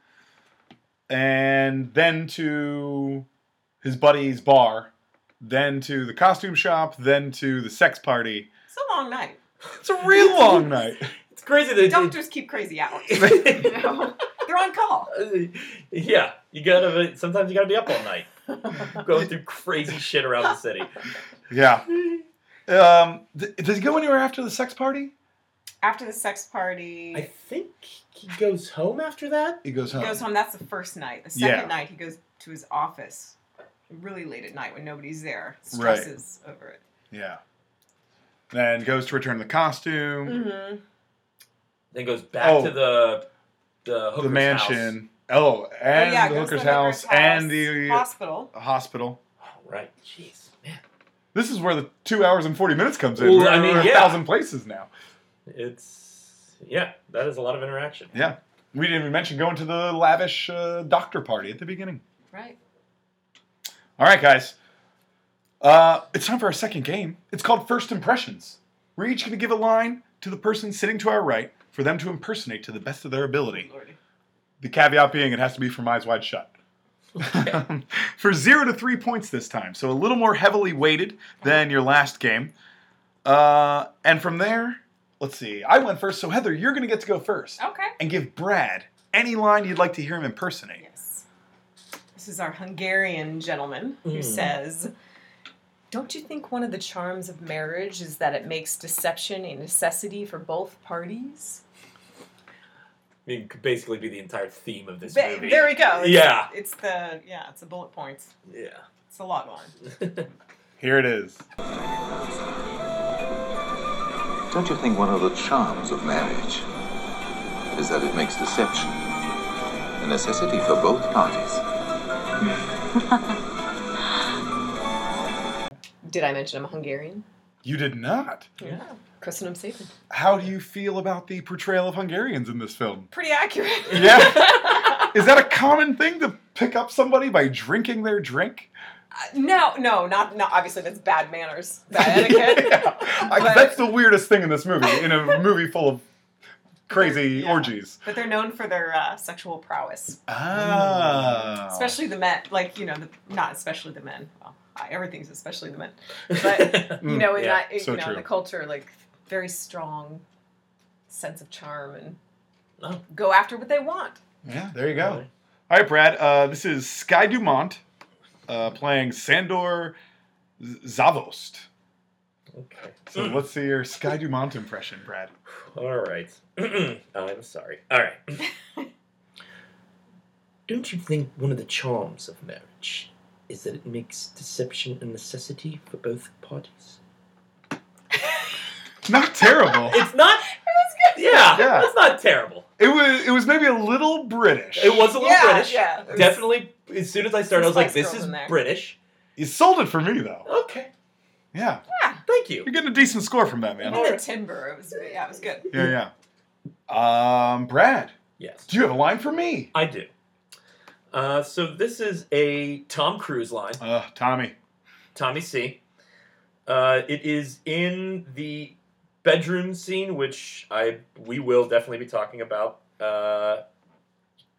Speaker 1: And then to his buddy's bar, then to the costume shop, then to the sex party.
Speaker 3: It's a long night.
Speaker 1: It's a real long night.
Speaker 2: It's crazy that
Speaker 3: Doctors keep crazy hours.
Speaker 2: it-
Speaker 3: You know? They're on call.
Speaker 2: Uh, yeah, you gotta. be- Sometimes you gotta be up all night, going through crazy shit around the city.
Speaker 1: Yeah. Um, th- does he go anywhere after the sex party?
Speaker 3: After the sex party,
Speaker 2: I think he goes home after that.
Speaker 1: He goes
Speaker 3: he
Speaker 1: home.
Speaker 3: goes home. That's the first night. The second
Speaker 1: Yeah.
Speaker 3: night, he goes to his office really late at night when nobody's there.
Speaker 1: Right.
Speaker 3: Stresses over it.
Speaker 1: Yeah. Then goes to return the costume,
Speaker 3: Mm-hmm.
Speaker 2: Then goes back
Speaker 1: Oh.
Speaker 2: to the the
Speaker 1: the
Speaker 2: hooker's house.
Speaker 1: mansion. Oh, and
Speaker 3: oh, yeah,
Speaker 1: the
Speaker 3: goes to
Speaker 1: hooker's
Speaker 3: the
Speaker 1: house, and the
Speaker 3: hospital.
Speaker 1: hospital.
Speaker 2: Oh, right, jeez, man,
Speaker 1: This is where the two hours and forty minutes comes in.
Speaker 2: Ooh,
Speaker 1: We're,
Speaker 2: I mean,
Speaker 1: we're a
Speaker 2: yeah.
Speaker 1: thousand places now.
Speaker 2: it's yeah, that is a lot of interaction.
Speaker 1: Yeah, we didn't even mention going to the lavish uh, doctor party at the beginning.
Speaker 3: Right.
Speaker 1: All right, guys, uh, it's time for our second game. It's called First Impressions. We're each going to give a line to the person sitting to our right for them to impersonate to the best of their ability.
Speaker 3: Lordy.
Speaker 1: The caveat being it has to be from eyes wide shut. For zero to three points this time, so a little more heavily weighted than your last game. Uh, and from there, let's see. I went first, so Heather, you're going to get to go first
Speaker 3: Okay.
Speaker 1: and give Brad any line you'd like to hear him impersonate.
Speaker 3: Yes. This is our Hungarian gentleman who
Speaker 2: Mm.
Speaker 3: says, Don't you think one of the charms of marriage is that it makes deception a necessity for both parties?
Speaker 2: mean, could basically be the entire theme of this
Speaker 3: Ba-
Speaker 2: movie.
Speaker 3: There we go. It's-
Speaker 2: Yeah.
Speaker 3: It's the yeah. It's the bullet points.
Speaker 2: yeah.
Speaker 3: It's a lot line.
Speaker 1: Here it is.
Speaker 4: Don't you think one of the charms of marriage is that it makes deception a necessity for both parties?
Speaker 3: Did I mention I'm a Hungarian?
Speaker 1: You did not.
Speaker 2: Yeah.
Speaker 3: Christenum Satan.
Speaker 1: How do you feel about the portrayal of Hungarians in this film?
Speaker 3: Pretty accurate.
Speaker 1: Yeah.
Speaker 3: Uh,
Speaker 1: Is that a common thing to pick up somebody by drinking their drink?
Speaker 3: no, no, not not obviously that's bad manners, bad etiquette.
Speaker 1: yeah. I-
Speaker 3: But-
Speaker 1: that's the weirdest thing in this movie, in a movie full of crazy
Speaker 3: Yeah.
Speaker 1: orgies.
Speaker 3: But they're known for their uh, sexual prowess,
Speaker 1: Ah.
Speaker 3: especially the men. Like you know, the, not especially the men. Well, I- everything's especially the men. But- you
Speaker 1: Mm,
Speaker 3: know, in
Speaker 2: yeah,
Speaker 3: that it-
Speaker 1: so
Speaker 3: you know
Speaker 1: true.
Speaker 3: the culture, like very strong sense of charm and
Speaker 2: No.
Speaker 3: go after what they want.
Speaker 1: Yeah, there you go. All right, Brad. Uh, this is Sky Dumont uh, playing Sandor Z- Zavost.
Speaker 2: Okay.
Speaker 1: So let's see your Sky Dumont impression, Brad.
Speaker 2: All right. Oh, I'm sorry. All right. Don't you think one of the charms of marriage is that it makes deception a necessity for both parties?
Speaker 1: Not terrible.
Speaker 2: It's not. Yeah,
Speaker 1: Yeah.
Speaker 2: it's not terrible.
Speaker 1: it was. It was maybe a little British.
Speaker 2: It was a little
Speaker 3: yeah,
Speaker 2: British.
Speaker 3: yeah. It was-
Speaker 2: Definitely. As soon as I started, I was
Speaker 3: Some
Speaker 2: like,
Speaker 3: Spice
Speaker 2: "This
Speaker 3: Girls
Speaker 2: is
Speaker 3: in there.
Speaker 2: British."
Speaker 1: You sold it for me though.
Speaker 2: Okay.
Speaker 1: Yeah,
Speaker 2: Thank you.
Speaker 1: you're getting a decent score from that,
Speaker 3: And
Speaker 1: man.
Speaker 2: All
Speaker 3: the
Speaker 2: right.
Speaker 3: timber, it was yeah, it was good.
Speaker 1: Yeah, yeah. Um, Brad,
Speaker 2: Yes.
Speaker 1: do you have a line for me?
Speaker 2: I do. Uh, so this is a Tom Cruise line,
Speaker 1: Uh, Tommy.
Speaker 2: Tommy C. Uh, it is in the bedroom scene, which I we will definitely be talking about uh,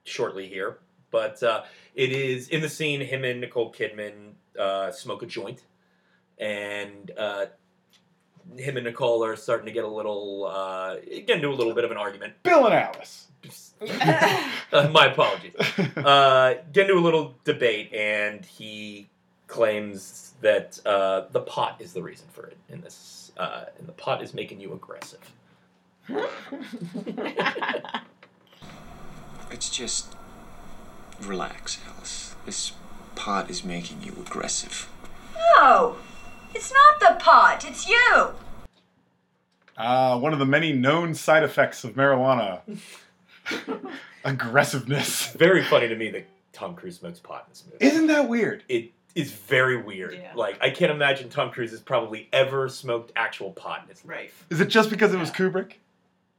Speaker 2: shortly here. But uh, it is in the scene him and Nicole Kidman uh, smoke a joint, and uh, him and Nicole are starting to get a little uh, get into a little bit of an argument.
Speaker 1: Bill and Alice.
Speaker 2: Uh, my apologies. Uh, get into a little debate, and he claims that uh, the pot is the reason for it. In this, uh, and the pot is making you aggressive.
Speaker 5: It's just. Relax, Alice. This pot is making you aggressive.
Speaker 6: No, it's not the pot, it's you.
Speaker 1: Uh, one of the many known side effects of marijuana. Aggressiveness.
Speaker 2: Very funny to me that Tom Cruise smokes pot in this movie.
Speaker 1: Isn't that weird?
Speaker 2: it is very weird.
Speaker 3: Yeah.
Speaker 2: Like I can't imagine Tom Cruise has probably ever smoked actual pot in his life.
Speaker 3: right.
Speaker 1: Is it just because it was
Speaker 3: Yeah.
Speaker 1: Kubrick?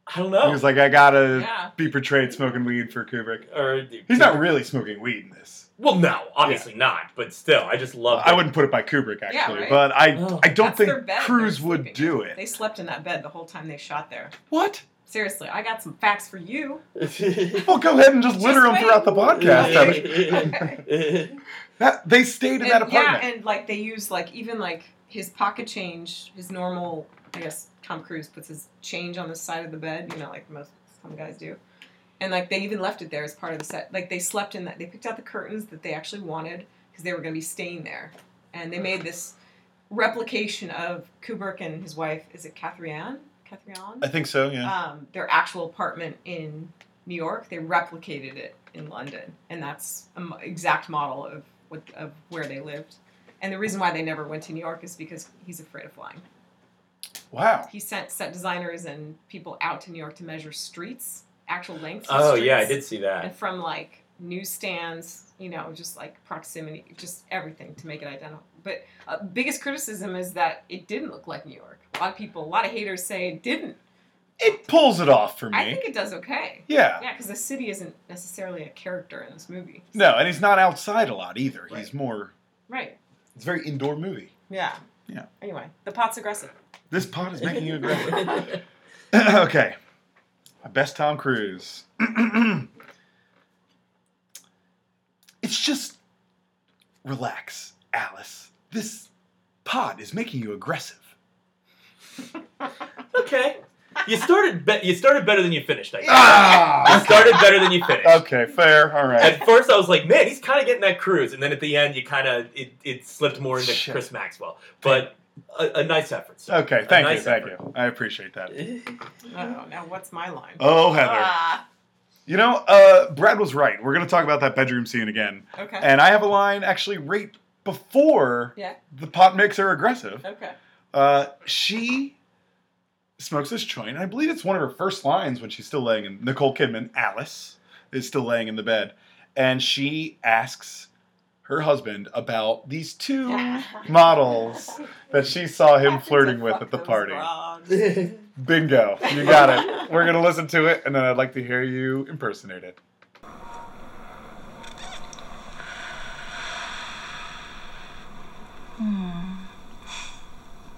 Speaker 2: I don't know.
Speaker 1: He was like, I gotta
Speaker 3: Yeah.
Speaker 1: be portrayed smoking weed for Kubrick.
Speaker 2: or
Speaker 1: He's not really smoking weed in this.
Speaker 2: Well, no, obviously not. But still, I just love.
Speaker 1: I wouldn't put it by Kubrick actually,
Speaker 3: right?
Speaker 1: but I
Speaker 2: Oh.
Speaker 1: I don't
Speaker 3: That's their
Speaker 1: think
Speaker 3: bed they're
Speaker 1: Cruz would
Speaker 3: sleeping in.
Speaker 1: do it.
Speaker 3: They slept in that bed the whole time they shot there.
Speaker 1: What?
Speaker 3: Seriously, I got some facts for you.
Speaker 1: Well, go ahead and just,
Speaker 3: Just
Speaker 1: litter him
Speaker 3: wait.
Speaker 1: throughout the podcast.
Speaker 3: Yeah.
Speaker 1: Evan. That, they stayed in that
Speaker 3: And- yeah,
Speaker 1: apartment.
Speaker 3: and like they use like even like his pocket change, his normal. I guess Tom Cruise puts his change on the side of the bed, you know, like most some guys do. And like they even left it there as part of the set. Like they slept in that. They picked out the curtains that they actually wanted because they were going to be staying there, and they made this replication of Kubrick and his wife. Is it Catherine? Catherine?
Speaker 1: I think so. Yeah.
Speaker 3: um, their actual apartment in New York. They replicated it in London, and that's an exact model of what of where they lived. And the reason why they never went to New York is because he's afraid of flying.
Speaker 1: wow.
Speaker 3: He sent set designers and people out to New York to measure streets, actual lengths. of
Speaker 2: oh yeah, I did
Speaker 3: streets,
Speaker 2: see that.
Speaker 3: And from like newsstands, you know, just like proximity, just everything to make it identical. But uh, biggest criticism is that it didn't look like New York. A lot of people, a lot of haters say it didn't.
Speaker 1: It pulls it off for me.
Speaker 3: I think it does okay.
Speaker 1: yeah.
Speaker 3: Yeah, because the city isn't necessarily a character in this movie.
Speaker 1: No, and he's not outside a lot either. He's
Speaker 2: Right.
Speaker 1: more.
Speaker 3: Right.
Speaker 1: It's a very indoor movie.
Speaker 3: Yeah.
Speaker 1: Yeah.
Speaker 3: Anyway, the pot's aggressive.
Speaker 1: This pot is making you aggressive. okay. My best Tom Cruise. it's just relax, Alice. This pod is making you aggressive.
Speaker 2: okay. You started be- you started better than you finished. I guess. You
Speaker 1: Ah!
Speaker 2: started better than you finished.
Speaker 1: okay, fair. All right.
Speaker 2: At first, I was like, man, he's kind of getting that cruise, and then at the end, you kind of it, it slipped more into
Speaker 1: Shit.
Speaker 2: Chris Maxwell. But a, a nice effort. sir.
Speaker 1: Okay,
Speaker 2: A
Speaker 1: thank you,
Speaker 2: nice
Speaker 1: thank
Speaker 2: effort.
Speaker 1: you. I appreciate that.
Speaker 3: Oh, now what's my line?
Speaker 1: Oh, Heather.
Speaker 3: Ah,
Speaker 1: You know, uh, Brad was right. We're going to talk about that bedroom scene again.
Speaker 3: Okay.
Speaker 1: And I have a line actually right before
Speaker 3: Yeah.
Speaker 1: the pot makes her aggressive.
Speaker 3: Okay.
Speaker 1: Uh, she smokes this joint, and I believe it's one of her first lines when she's still laying in. Nicole Kidman, Alice, is still laying in the bed, and she asks her husband about these two models that she saw him flirting with at the party. Bingo, you got it. We're gonna listen to it, and then I'd like to hear you impersonate it.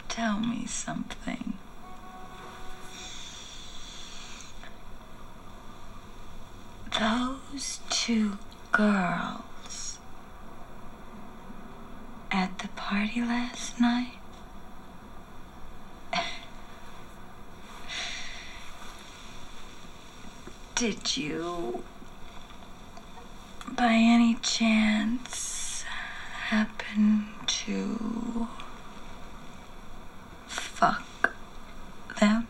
Speaker 7: Tell me something. Those two girls at the party last night. Did you, by any chance, happen to fuck them?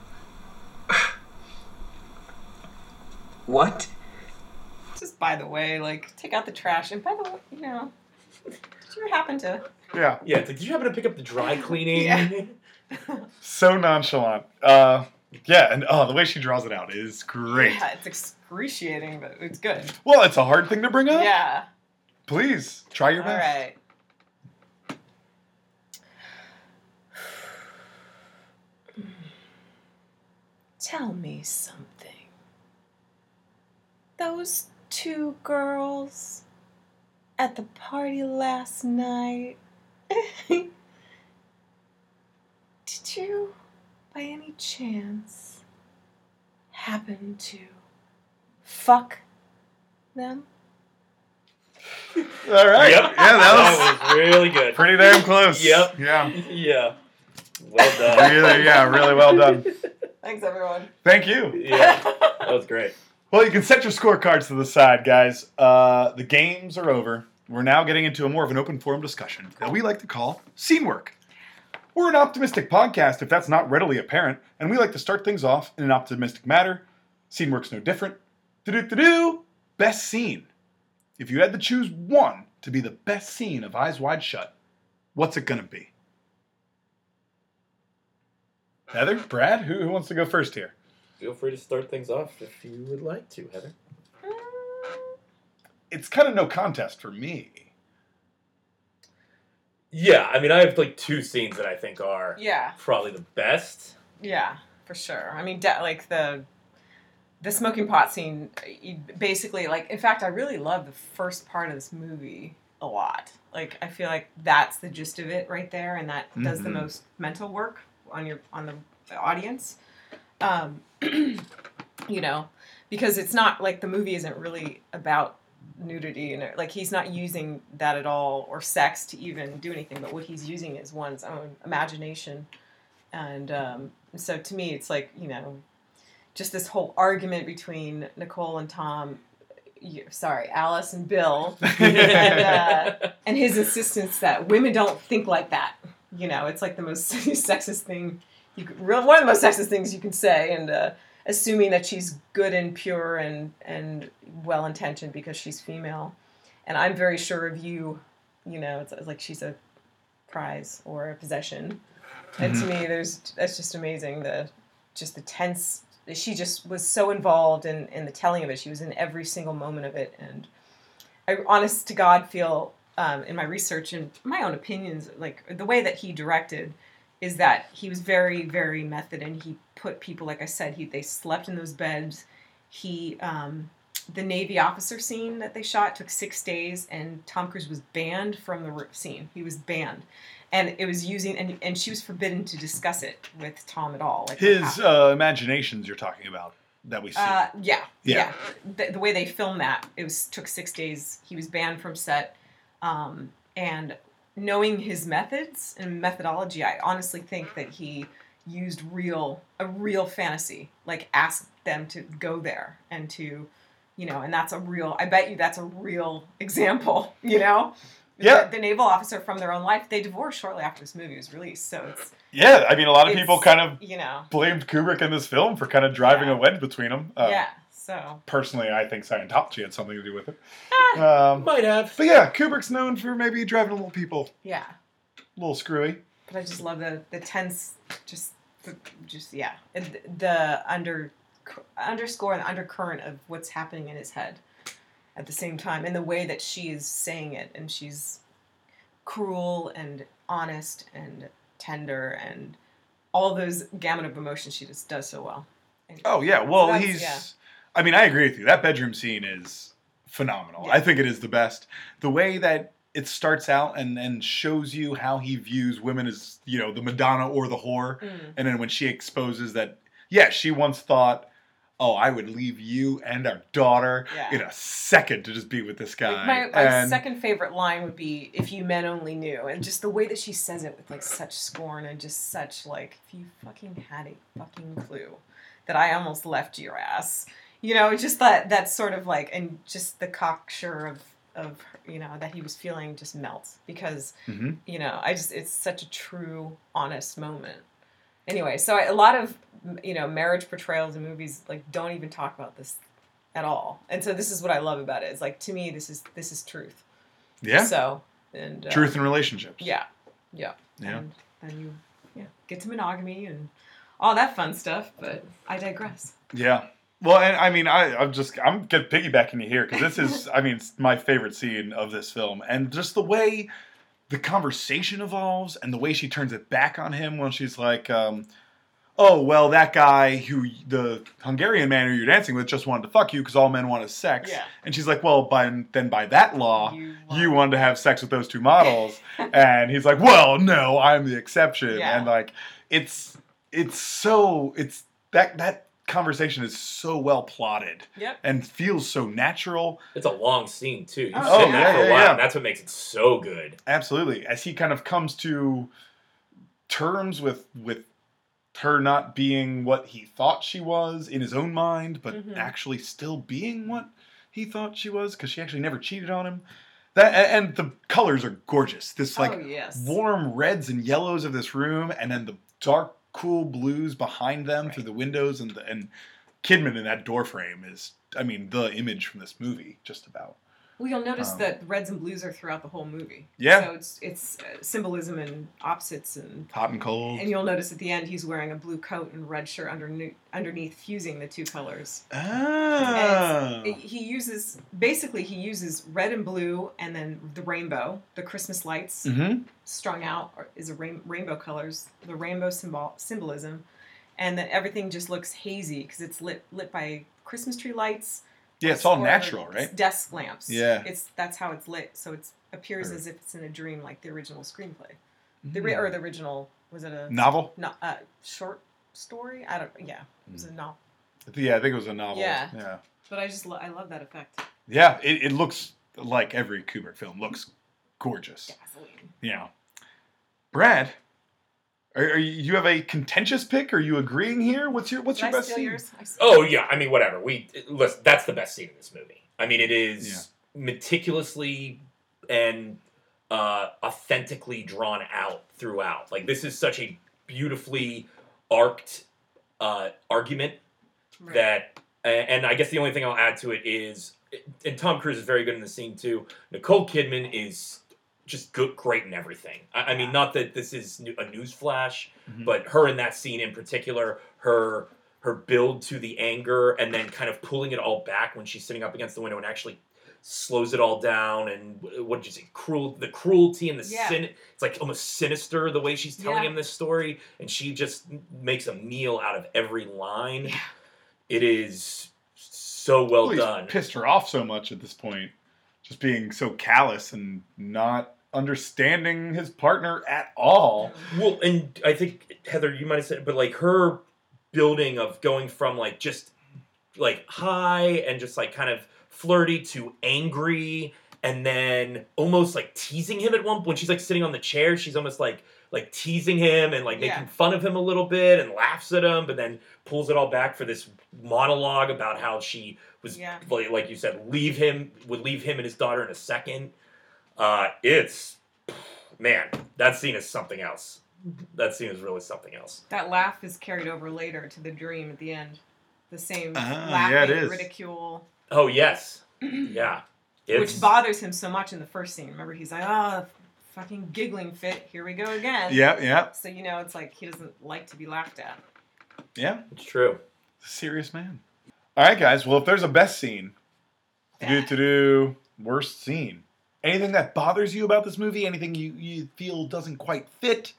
Speaker 5: What?
Speaker 3: Just by the way, like take out the trash. And by the way, you know, did you ever happen to?
Speaker 1: Yeah,
Speaker 2: Yeah, it's like, did you happen to pick up the dry cleaning?
Speaker 3: Yeah.
Speaker 1: so nonchalant. Uh, yeah, and oh, the way she draws it out is great.
Speaker 3: Yeah, it's excruciating, but it's good.
Speaker 1: Well, it's a hard thing to bring up.
Speaker 3: Yeah.
Speaker 1: Please try your
Speaker 3: All
Speaker 1: best.
Speaker 3: right. Tell me something. Those two girls at the party last night. Did you, by any chance, happen to fuck them?
Speaker 1: All right.
Speaker 2: Yep.
Speaker 1: Yeah, that was
Speaker 2: That was really good.
Speaker 1: pretty damn close.
Speaker 2: Yep.
Speaker 1: Yeah.
Speaker 2: Yeah. Well done.
Speaker 1: Really, yeah, really well done.
Speaker 3: Thanks, everyone.
Speaker 1: Thank you.
Speaker 2: yeah. That was great.
Speaker 1: Well, you can set your scorecards to the side, guys. Uh, the games are over. We're now getting into a more of an open forum discussion that we like to call scene work. We're an optimistic podcast, if that's not readily apparent, and we like to start things off in an optimistic manner. Scene work's no different. Do do do do. Best scene. If you had to choose one to be the best scene of Eyes Wide Shut, what's it gonna be? Heather, Brad, who, who wants to go first here?
Speaker 2: Feel free to start things off if you would like to, Heather.
Speaker 1: It's kind of no contest for me.
Speaker 2: Yeah, I mean, I have like two scenes that I think are
Speaker 3: Yeah,
Speaker 2: probably the best.
Speaker 3: yeah, for sure. I mean, de- like the the smoking pot scene. You basically, like, in fact, I really love the first part of this movie a lot. Like, I feel like that's the gist of it right there, and that does the
Speaker 1: Mhm.
Speaker 3: most mental work on your on the audience. Um, you know, because it's not like the movie isn't really about nudity and like he's not using that at all or sex to even do anything but what he's using is one's own imagination and um, so to me it's like you know just this whole argument between nicole and tom you, sorry alice and bill and, uh, and his insistence that women don't think like that you know it's like the most sexist thing you could, real- one of the most sexist things you can say and uh, assuming that she's good and pure and and well intentioned because she's female and i'm very sure of you you know it's, it's like she's a prize or a possession and to me there's that's just amazing the just the tense she just was so involved in in the telling of it she was in every single moment of it and i honest to god feel um, in my research and my own opinions like the way that he directed is that he was very very method and he put people like i said he they slept in those beds he um, the navy officer scene that they shot took six days and tom cruise was banned from the r- scene he was banned and it was using and, and she was forbidden to discuss it with tom at all like what
Speaker 1: His
Speaker 3: happened.
Speaker 1: uh, imaginations you're talking about that we see.
Speaker 3: Uh, yeah,
Speaker 1: Yeah.
Speaker 3: yeah. The, the way they filmed that, it was took six days. He was banned from set, um, and knowing his methods and methodology, I honestly think that he used real a real fantasy, like asked them to go there and to, you know, and that's a real. I bet you that's a real example. You know.
Speaker 1: Yeah.
Speaker 3: The, the naval officer from their own life. They divorced shortly after this movie was released, so it's
Speaker 1: yeah, I mean, a lot of people
Speaker 3: it's-
Speaker 1: kind of
Speaker 3: you know
Speaker 1: blamed Kubrick in this film for kind of driving
Speaker 3: Yeah.
Speaker 1: a wedge between them. Uh,
Speaker 3: yeah. So
Speaker 1: Personally, I think Scientology had something to do with it.
Speaker 3: Ah,
Speaker 1: Um,
Speaker 2: Might have.
Speaker 1: but yeah, Kubrick's known for maybe driving a little people
Speaker 3: yeah,
Speaker 1: a little screwy.
Speaker 3: but I just love the the tense, just just yeah, and th- the under underscore and undercurrent of what's happening in his head at the same time, and the way that she is saying it, and she's cruel and honest and tender and all those gamut of emotions she just does so well. And-
Speaker 1: Oh yeah, well
Speaker 3: That's-
Speaker 1: he's.
Speaker 3: yeah.
Speaker 1: I mean, I agree with you. That bedroom scene is phenomenal.
Speaker 3: Yeah.
Speaker 1: I think it is the best. The way that it starts out and and shows you how he views women as you know the Madonna or the whore,
Speaker 3: Mm.
Speaker 1: and then when she exposes that, yeah, she once thought. Oh, I would leave you and our daughter
Speaker 3: Yeah.
Speaker 1: in a second to just be with this guy.
Speaker 3: Like, my, my
Speaker 1: and
Speaker 3: second favorite line would be "If you men only knew," and just the way that she says it with like such scorn and just such like, "If you fucking had a fucking clue that I almost left your ass," you know, just that that sort of like, and just the cocksure of of you know that he was feeling just melts because
Speaker 1: Mhm.
Speaker 3: you know I just it's such a true honest moment. Anyway, so I, a lot of you know marriage portrayals in movies like don't even talk about this at all. And so this is what I love about it. It's like to me this is this is truth.
Speaker 1: yeah,
Speaker 3: So and uh,
Speaker 1: truth in relationships.
Speaker 3: Yeah. Yeah.
Speaker 1: Yeah.
Speaker 3: And then you yeah, get to monogamy and all that fun stuff, but I digress.
Speaker 1: Yeah. Well, and I mean, I, I'm just I'm good piggybacking you here because this is, I mean, it's my favorite scene of this film, and just the way the conversation evolves and the way she turns it back on him when she's like, um, "Oh, well, that guy who the Hungarian man who you're dancing with just wanted to fuck you because all men wanted sex,"
Speaker 3: Yeah.
Speaker 1: and she's like, "Well, by then by that law,
Speaker 3: You
Speaker 1: you
Speaker 3: want-
Speaker 1: wanted to have sex with those two models," and he's like, "Well, no, I'm the exception,"
Speaker 3: Yeah.
Speaker 1: and like, it's it's so it's that that conversation is so well plotted
Speaker 3: Yep.
Speaker 1: and feels so natural.
Speaker 2: It's a long scene too. You
Speaker 3: Oh,
Speaker 2: sit in
Speaker 3: yeah,
Speaker 2: that for
Speaker 1: yeah,
Speaker 2: a while,
Speaker 1: yeah.
Speaker 2: and that's what makes it so good.
Speaker 1: Absolutely, as he kind of comes to terms with with her not being what he thought she was in his own mind, but
Speaker 3: Mhm.
Speaker 1: actually still being what he thought she was because she actually never cheated on him. That a- and the colors are gorgeous. This like
Speaker 3: oh yes.
Speaker 1: warm reds and yellows of this room, and then the dark, cool blues behind them through the windows, and the, and Kidman in that door frame is, I mean, the image from this movie, just about.
Speaker 3: Well, you'll notice
Speaker 1: Um,
Speaker 3: that reds and blues are throughout the whole movie.
Speaker 1: Yeah.
Speaker 3: So it's it's uh, symbolism and opposites and
Speaker 1: Hot and cold.
Speaker 3: and you'll notice at the end he's wearing a blue coat and red shirt underneath underneath fusing the two colors.
Speaker 1: ah.
Speaker 3: It- he uses basically he uses red and blue and then the rainbow the christmas lights
Speaker 1: hmm
Speaker 3: strung out are- is a rain, rainbow colors the rainbow symbol symbolism and then everything just looks hazy because it's lit lit by christmas tree lights
Speaker 1: Yeah, it's all
Speaker 3: or
Speaker 1: natural,
Speaker 3: s-
Speaker 1: right?
Speaker 3: desk lamps
Speaker 1: Yeah.
Speaker 3: it's that's how it's lit so it appears
Speaker 1: Or- Hmm.
Speaker 3: as if it's in a dream like the original screenplay the ri- or the original was it a
Speaker 1: Mm. Novel?
Speaker 3: no, uh, short story i don't yeah it
Speaker 1: Mm.
Speaker 3: was a novel
Speaker 1: Yeah, I think it was a novel.
Speaker 3: Yeah.
Speaker 1: Yeah.
Speaker 3: but i just lo- i love that effect
Speaker 1: Yeah, it, it looks like every Kubrick film looks gorgeous.
Speaker 3: gasoline
Speaker 1: Yeah. Brad, are, are you, you have a contentious pick? Are you agreeing here? What's your what's
Speaker 3: Did
Speaker 1: your
Speaker 3: I
Speaker 1: best
Speaker 3: steal
Speaker 1: scene?
Speaker 3: yours? I s-
Speaker 2: Oh yeah, I mean whatever. We listen. That's the best scene in this movie. I mean it is meticulously and uh, authentically drawn out throughout. Like this is such a beautifully arced uh, argument
Speaker 3: Right.
Speaker 2: that a- and I guess the only thing I'll add to it is and Tom Cruise is very good in the scene too. Nicole Kidman is just good, great in everything. I, I mean, not that this is new, a news flash,
Speaker 1: Mhm.
Speaker 3: Mm-hmm.
Speaker 2: but her in that scene in particular, her her build to the anger and then kind of pulling it all back when she's sitting up against the window and actually slows it all down and wh- what did you say cruel the cruelty and the
Speaker 3: Yeah.
Speaker 2: sin it's like almost sinister the way she's telling
Speaker 3: Yeah.
Speaker 2: him this story and she just m- makes a meal out of every line it is so well,
Speaker 1: Well, he's
Speaker 2: done
Speaker 1: pissed her off so much at this point, just being so callous and not understanding his partner at all.
Speaker 2: Well, and I think Heather, you might have said, but like her building of going from like just like high and just like kind of flirty to angry, and then almost like teasing him at one point. She's like sitting on the chair. She's almost like like teasing him and like
Speaker 3: Yeah.
Speaker 2: making fun of him a little bit and laughs at him, but then pulls it all back for this monologue about how she was
Speaker 3: Yeah.
Speaker 2: like, like you said, leave him would leave him and his daughter in a second. Uh, it's man, that scene is something else. That scene is really something else.
Speaker 3: That laugh is carried over later to the dream at the end. the same
Speaker 1: Ah,
Speaker 3: laughing
Speaker 1: yeah, it is.
Speaker 3: ridicule,
Speaker 2: Oh yes, yeah. It's,
Speaker 3: which bothers him so much in the first scene. Remember, he's like, "Oh, fucking giggling fit. Here we go again."
Speaker 1: Yeah, yeah,
Speaker 3: So you know, it's like he doesn't like to be laughed at.
Speaker 1: yeah.
Speaker 2: it's true.
Speaker 1: Serious man. All right, guys. Well, if there's a best scene, do to do worst scene. Anything that bothers you about this movie? Anything you, you feel doesn't quite fit?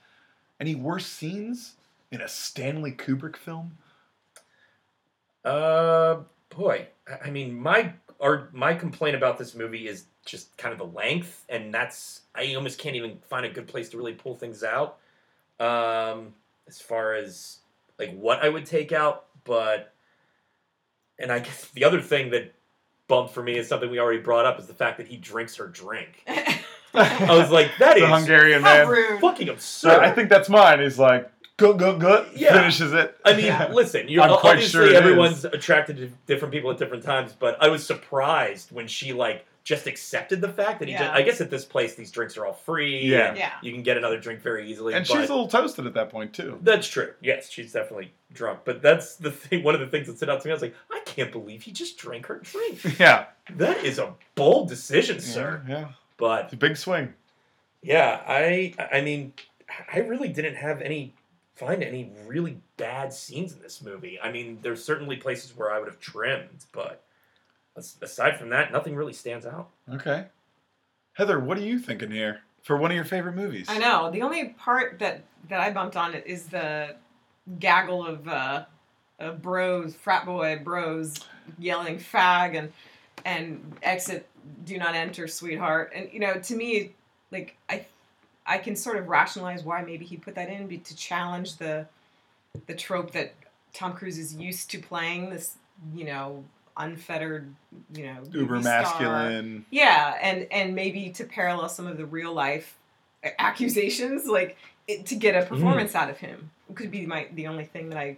Speaker 1: Any worst scenes in a Stanley Kubrick film?
Speaker 2: Uh, boy. I- I mean, my our my complaint about this movie is just kind of the length, and that's I almost can't even find a good place to really pull things out. Um, as far as like what I would take out, but and I guess the other thing that bumped for me is something we already brought up is the fact that he drinks her drink. I was like, that is
Speaker 1: Oh, the Hungarian
Speaker 3: How
Speaker 1: man.
Speaker 3: rude!
Speaker 2: fucking
Speaker 1: So
Speaker 2: absurd.
Speaker 1: I think that's mine. He's like, go, go, go.
Speaker 2: Yeah.
Speaker 1: Finishes it.
Speaker 2: I mean,
Speaker 1: Yeah.
Speaker 2: listen, you're
Speaker 1: I'm quite
Speaker 2: obviously
Speaker 1: sure it
Speaker 2: everyone's attracted to different people at different times, but I was surprised when she like just accepted the fact that he.
Speaker 3: Yeah.
Speaker 2: Just, I guess at this place these drinks are all free.
Speaker 1: Yeah.
Speaker 2: and
Speaker 3: Yeah.
Speaker 2: you can get another drink very easily.
Speaker 1: and
Speaker 2: but
Speaker 1: she's a little toasted at that point too.
Speaker 2: that's true. Yes, she's definitely drunk. But that's the thing. One of the things that stood out to me, I was like, I can't believe he just drank her drink.
Speaker 1: Yeah.
Speaker 2: that is a bold decision, sir.
Speaker 1: Yeah. yeah.
Speaker 2: But
Speaker 1: It's a big swing.
Speaker 2: yeah, I I mean, I really didn't have any find any really bad scenes in this movie. I mean, there's certainly places where I would have trimmed, but as- aside from that, nothing really stands out.
Speaker 1: Okay. Heather, what are you thinking here for one of your favorite movies?
Speaker 3: I know. The only part that that I bumped on it is the gaggle of uh, of bros, frat boy bros, yelling fag and and exit, do not enter, sweetheart. And you know, to me, like I, I can sort of rationalize why maybe he put that in be, to challenge the the trope that Tom Cruise is used to playing this, you know, unfettered, you know,
Speaker 1: Uber
Speaker 3: movie star.
Speaker 1: masculine.
Speaker 3: Yeah, and and maybe to parallel some of the real life accusations, like it, to get a performance out of him could be my the only thing that I,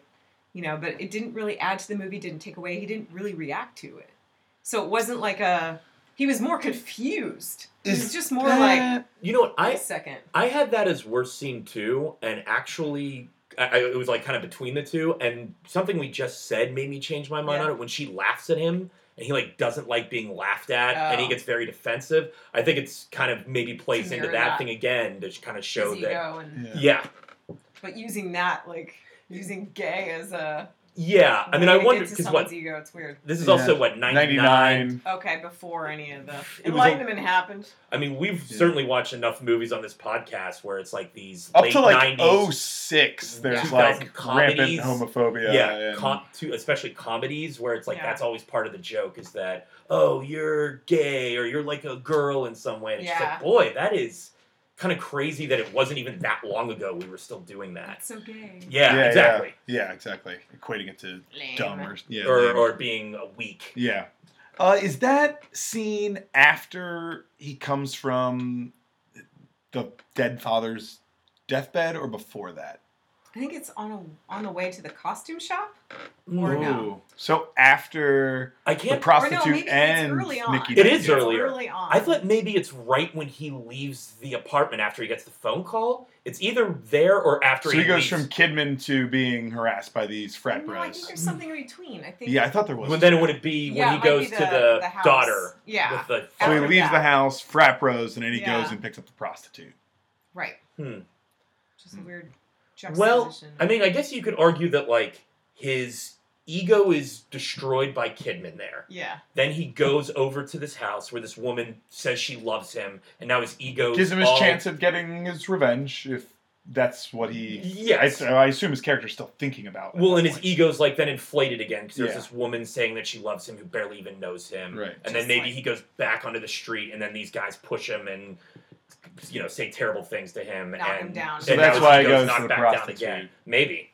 Speaker 3: you know. But it didn't really add to the movie. Didn't take away. He didn't really react to it. So it wasn't like a. He was more confused. He was just more like
Speaker 2: You know what?
Speaker 3: wait a
Speaker 2: I
Speaker 3: second.
Speaker 2: I had that as worst scene too, and actually. I, I- it was like kind of between the two, and something we just said made me change my mind
Speaker 3: Yeah.
Speaker 2: on it. When she laughs at him, and he like doesn't like being laughed at, and he
Speaker 3: Oh.
Speaker 2: gets very defensive. I think it's kind of maybe plays into
Speaker 3: mirror
Speaker 2: that
Speaker 3: that.
Speaker 2: thing again to kind of show
Speaker 3: His
Speaker 2: that
Speaker 3: ego and
Speaker 1: Yeah.
Speaker 2: Yeah,
Speaker 3: but using that like using gay as a.
Speaker 2: yeah. I mean,
Speaker 3: way
Speaker 2: I
Speaker 3: to
Speaker 2: wonder
Speaker 3: get to
Speaker 2: because
Speaker 3: someone's
Speaker 2: what
Speaker 3: ego. It's weird.
Speaker 2: this is
Speaker 1: Yeah.
Speaker 2: also what ninety
Speaker 1: 99.
Speaker 2: nine.
Speaker 3: Okay, before any of the
Speaker 2: It was a-
Speaker 3: enlightenment happened.
Speaker 2: I mean, we've
Speaker 1: Yeah.
Speaker 2: certainly watch enough movies on this podcast where it's like these
Speaker 1: Up
Speaker 2: late
Speaker 1: to like
Speaker 2: nineties,
Speaker 1: 06, there's
Speaker 2: 2000
Speaker 1: like
Speaker 2: comedies.
Speaker 1: rampant homophobia.
Speaker 2: yeah,
Speaker 1: and-
Speaker 2: com- to, especially comedies where it's like
Speaker 3: Yeah.
Speaker 2: that's always part of the joke is that oh you're gay or you're like a girl in some way. And it's just
Speaker 3: Yeah.
Speaker 2: like boy, that is kind of crazy that it wasn't even that long ago we were still doing that.
Speaker 3: That's so gay.
Speaker 2: Uh, Yeah,
Speaker 1: yeah,
Speaker 2: exactly.
Speaker 1: Yeah, exactly. Equating it to
Speaker 3: Lame.
Speaker 1: dumb or yeah.
Speaker 2: Or
Speaker 1: lame.
Speaker 2: or being a weak.
Speaker 1: yeah. Uh, is that scene after he comes from the dead father's deathbed or before that?
Speaker 3: I think it's on a, on the way to the costume shop. Or no.
Speaker 1: Ooh. So after
Speaker 2: I
Speaker 1: the
Speaker 2: can't
Speaker 1: prostitute
Speaker 3: maybe it's
Speaker 1: and
Speaker 3: early on.
Speaker 1: Nikki
Speaker 2: It is
Speaker 1: Dixon.
Speaker 3: It's
Speaker 2: earlier.
Speaker 3: Early on.
Speaker 2: I thought maybe it's right when he leaves the apartment after he gets the phone call. It's either there or after
Speaker 1: So he goes
Speaker 2: leaves.
Speaker 1: from Kidman to being harassed by these frat
Speaker 3: Oh, No, I think
Speaker 1: bros.
Speaker 3: there's something in between. I think.
Speaker 1: Yeah, I thought there was.
Speaker 2: Well, then would it be
Speaker 3: Yeah,
Speaker 2: when he
Speaker 3: it might
Speaker 2: goes
Speaker 3: be
Speaker 2: to
Speaker 3: the-
Speaker 2: the,
Speaker 3: the house.
Speaker 2: daughter
Speaker 3: Yeah.
Speaker 2: with the
Speaker 1: so he
Speaker 3: after
Speaker 1: leaves
Speaker 3: that.
Speaker 1: the house, frat bros, and then he
Speaker 3: Yeah.
Speaker 1: goes and picks up the prostitute.
Speaker 3: Right.
Speaker 2: Hmm.
Speaker 3: Just a
Speaker 1: Hmm.
Speaker 3: weird
Speaker 2: well?
Speaker 3: juxtaposition.
Speaker 2: I mean, I guess you could argue that like his ego is destroyed by Kidman there.
Speaker 3: Yeah.
Speaker 2: Then he goes over to this house where this woman says she loves him, and now his ego
Speaker 1: Gives him his
Speaker 2: all-
Speaker 1: chance at getting his revenge if that's what he. I,
Speaker 2: Yes.
Speaker 1: I assume his character's still thinking about. at
Speaker 2: Well,
Speaker 1: that
Speaker 2: and his
Speaker 1: point.
Speaker 2: ego's like then inflated again because there's
Speaker 1: Yeah.
Speaker 2: this woman saying that she loves him who barely even knows him.
Speaker 1: Right.
Speaker 2: And then
Speaker 3: Just
Speaker 2: maybe
Speaker 3: like-
Speaker 2: he goes back onto the street, and then these guys push him and you know say terrible things to him.
Speaker 3: Knock
Speaker 2: and,
Speaker 3: him down.
Speaker 1: So
Speaker 2: and
Speaker 1: that's
Speaker 2: now his
Speaker 1: why he
Speaker 2: ego's
Speaker 1: goes to
Speaker 2: knocked
Speaker 1: the
Speaker 2: back down
Speaker 1: prostitute.
Speaker 2: again. Maybe.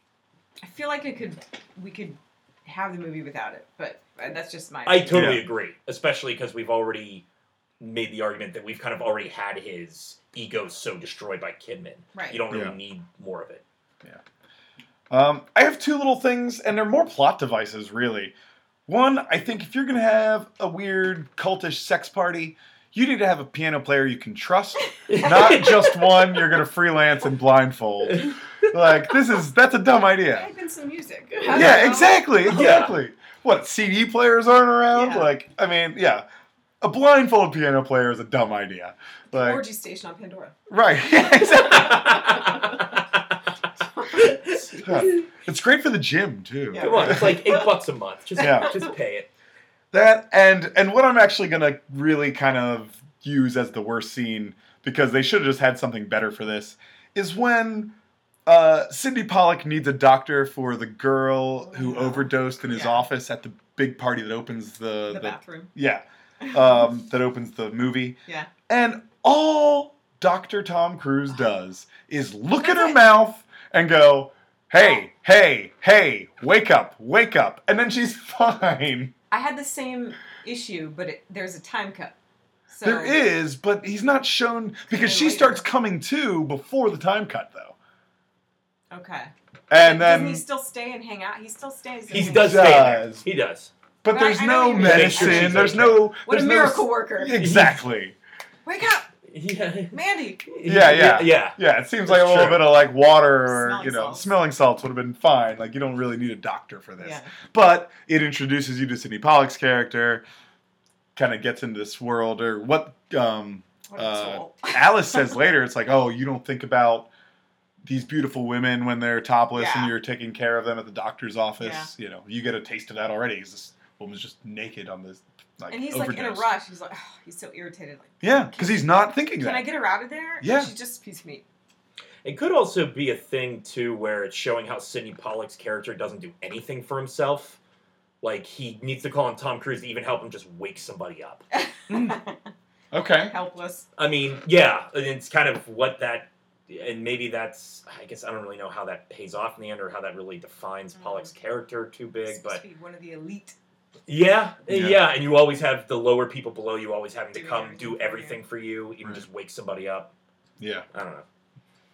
Speaker 3: I feel like it could. We could have the movie without it, but uh, that's just my.
Speaker 2: I totally
Speaker 1: Yeah.
Speaker 2: agree, especially because we've already made the argument that we've kind of already had his ego so destroyed by Kidman.
Speaker 3: Right.
Speaker 2: You don't really
Speaker 1: Yeah.
Speaker 2: need more of it.
Speaker 1: Um, I have two little things, and they're more plot devices, really. One, I think if you're gonna have a weird cultish sex party, you need to have a piano player you can trust, not just one you're gonna freelance and blindfold. like this is that's a dumb idea.
Speaker 3: Add in some music.
Speaker 1: Yeah, exactly, exactly. What CD players aren't around?
Speaker 3: Yeah.
Speaker 1: Like, I mean, yeah, a blindfold piano player is a dumb idea. Like,
Speaker 3: Orgy station on Pandora.
Speaker 1: right? Yeah, exactly.
Speaker 2: Come
Speaker 1: It's great for the gym too.
Speaker 3: Yeah.
Speaker 2: on, it's like eight bucks a month. Just,
Speaker 1: Yeah.
Speaker 2: just pay it.
Speaker 1: That and and what I'm actually gonna really kind of use as the worst scene because they should have just had something better for this is when uh, Cindy Pollock needs a doctor for the girl who
Speaker 3: Yeah.
Speaker 1: overdosed in his
Speaker 3: Yeah.
Speaker 1: office at the big party that opens the,
Speaker 3: The,
Speaker 1: the,
Speaker 3: bathroom.
Speaker 1: yeah um, that opens the movie
Speaker 3: Yeah.
Speaker 1: and all Doctor Tom Cruise does is look at
Speaker 3: That's
Speaker 1: her
Speaker 3: it. Oh.
Speaker 1: mouth and go. Hey, hey, hey, wake up, wake up. And then she's fine.
Speaker 3: I had the same issue, but it, there's a time cut. So
Speaker 1: There is, but he's not shown because she
Speaker 3: later.
Speaker 1: starts coming to before the time cut though.
Speaker 3: Okay.
Speaker 1: And
Speaker 3: doesn't he
Speaker 1: then
Speaker 3: still stay and hang out? He still stays.
Speaker 2: He
Speaker 3: and
Speaker 2: does
Speaker 3: hangs out.
Speaker 2: stay in there.
Speaker 1: does.
Speaker 2: He does.
Speaker 1: but there's
Speaker 3: I- I know
Speaker 1: no
Speaker 3: what you mean. Make
Speaker 2: sure
Speaker 1: medicine,
Speaker 2: she's
Speaker 1: there's
Speaker 2: okay.
Speaker 1: no
Speaker 3: What a
Speaker 1: there's no-
Speaker 3: miracle worker!
Speaker 1: Exactly.
Speaker 3: Wake up,
Speaker 2: Yeah.
Speaker 3: Mandy.
Speaker 1: Yeah, yeah.
Speaker 2: Yeah.
Speaker 1: Yeah, it seems like a
Speaker 2: That's
Speaker 1: little
Speaker 2: true.
Speaker 1: bit of like water or
Speaker 3: Smelling
Speaker 1: you know,
Speaker 3: salts.
Speaker 1: smelling salts would have been fine. Like you don't really need a doctor for this.
Speaker 3: Yeah.
Speaker 1: But it introduces you to Sidney Pollock's character, kind of gets into this world or what um
Speaker 3: What a
Speaker 1: Uh,
Speaker 3: tool.
Speaker 1: Alice says later, it's like, oh, you don't think about these beautiful women when they're topless and
Speaker 3: Yeah.
Speaker 1: you're taking care of them at the doctor's office. You know, you get a taste of that already. 'cause This woman's just naked on this, like,
Speaker 3: and he's
Speaker 1: overdose.
Speaker 3: like in a rush. He's like, oh, he's so irritated. Like,
Speaker 1: Yeah, because he's not thinking
Speaker 3: can
Speaker 1: that.
Speaker 3: I get her out of there? And
Speaker 1: Yeah.
Speaker 3: she's just a piece of meat.
Speaker 2: It could also be a thing too, where it's showing how Sidney Pollock's character doesn't do anything for himself. Like he needs to call on Tom Cruise to even help him just wake somebody up.
Speaker 1: Mm. okay.
Speaker 3: Helpless.
Speaker 2: I mean, yeah, and it's kind of what that, and maybe that's. I guess I don't really know how that pays off in the end, or how that really defines
Speaker 3: Mm.
Speaker 2: Pollock's character too big.
Speaker 3: Supposed
Speaker 2: But
Speaker 3: to be one of the elite.
Speaker 2: yeah,
Speaker 1: Yeah.
Speaker 2: yeah, and you always have the lower people below you always having to
Speaker 3: Doing
Speaker 2: come
Speaker 3: everything for
Speaker 2: do
Speaker 3: you.
Speaker 2: everything for you, even
Speaker 1: Right.
Speaker 2: just wake somebody up.
Speaker 1: Yeah.
Speaker 2: I don't know.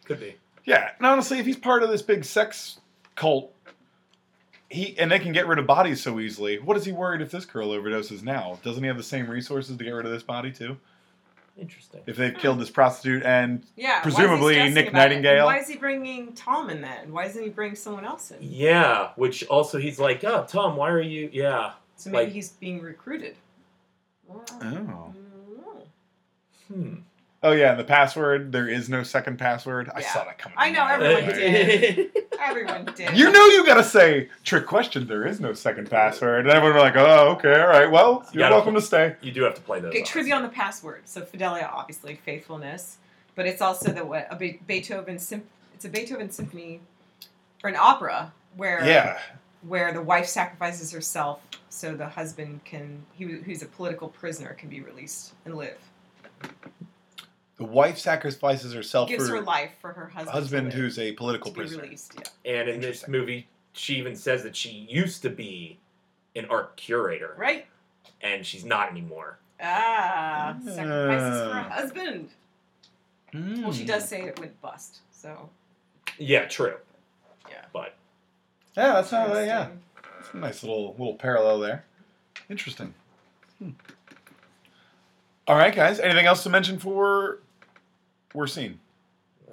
Speaker 2: Could be.
Speaker 1: Yeah. And honestly, if he's part of this big sex cult, he and they can get rid of bodies so easily. What is he worried if this girl overdoses now? Doesn't he have the same resources to get rid of this body too?
Speaker 2: Interesting.
Speaker 1: If they've
Speaker 3: Hmm.
Speaker 1: killed this prostitute and
Speaker 3: Yeah. why is he
Speaker 1: Presumably
Speaker 3: stressing
Speaker 1: Nick
Speaker 3: about it? And
Speaker 1: Nightingale.
Speaker 3: Why is he bringing Tom in then? Why doesn't he bring someone else in?
Speaker 2: Yeah, which also he's like, oh, Tom, why are you? Yeah.
Speaker 3: So maybe
Speaker 2: Like-
Speaker 3: he's being recruited.
Speaker 1: oh.
Speaker 3: Mm.
Speaker 2: Hmm.
Speaker 1: Oh yeah, and the password. There is no second password. I
Speaker 3: Yeah.
Speaker 1: saw that coming.
Speaker 3: I know, everyone
Speaker 1: Right.
Speaker 3: did. Everyone did.
Speaker 1: You know you gotta say trick question. There is no second password, and everyone were like, "Oh, okay, all right. Well,
Speaker 2: You
Speaker 1: you're
Speaker 2: gotta-
Speaker 1: welcome to stay."
Speaker 2: you do have to play those.
Speaker 3: Okay,
Speaker 2: odds.
Speaker 3: trivia on the password. So Fidelia, obviously, faithfulness, but it's also the what a Be- Beethoven symp- It's a Beethoven symphony or an opera where
Speaker 1: Yeah,
Speaker 3: where the wife sacrifices herself so the husband can he who's a political prisoner can be released and live.
Speaker 1: the wife sacrifices herself
Speaker 3: Gives
Speaker 1: for
Speaker 3: her life for her
Speaker 1: a
Speaker 3: husband.
Speaker 1: husband
Speaker 3: to live,
Speaker 1: who's a political
Speaker 3: to be
Speaker 1: prisoner.
Speaker 3: released. Yeah.
Speaker 2: And in this
Speaker 1: Interesting.
Speaker 2: movie, she even says that she used to be an art curator,
Speaker 3: Right.
Speaker 2: and she's not anymore.
Speaker 3: Ah, sacrifices for
Speaker 1: Ah.
Speaker 3: her husband. Well, she
Speaker 1: Hmm.
Speaker 3: does say it went bust. So
Speaker 2: Yeah, true.
Speaker 3: Yeah.
Speaker 2: But
Speaker 1: Yeah, that's not. Oh, yeah,
Speaker 3: interesting.
Speaker 1: that's a nice little little parallel there. Interesting. Hmm. All right, guys. Anything else to mention for we're seen?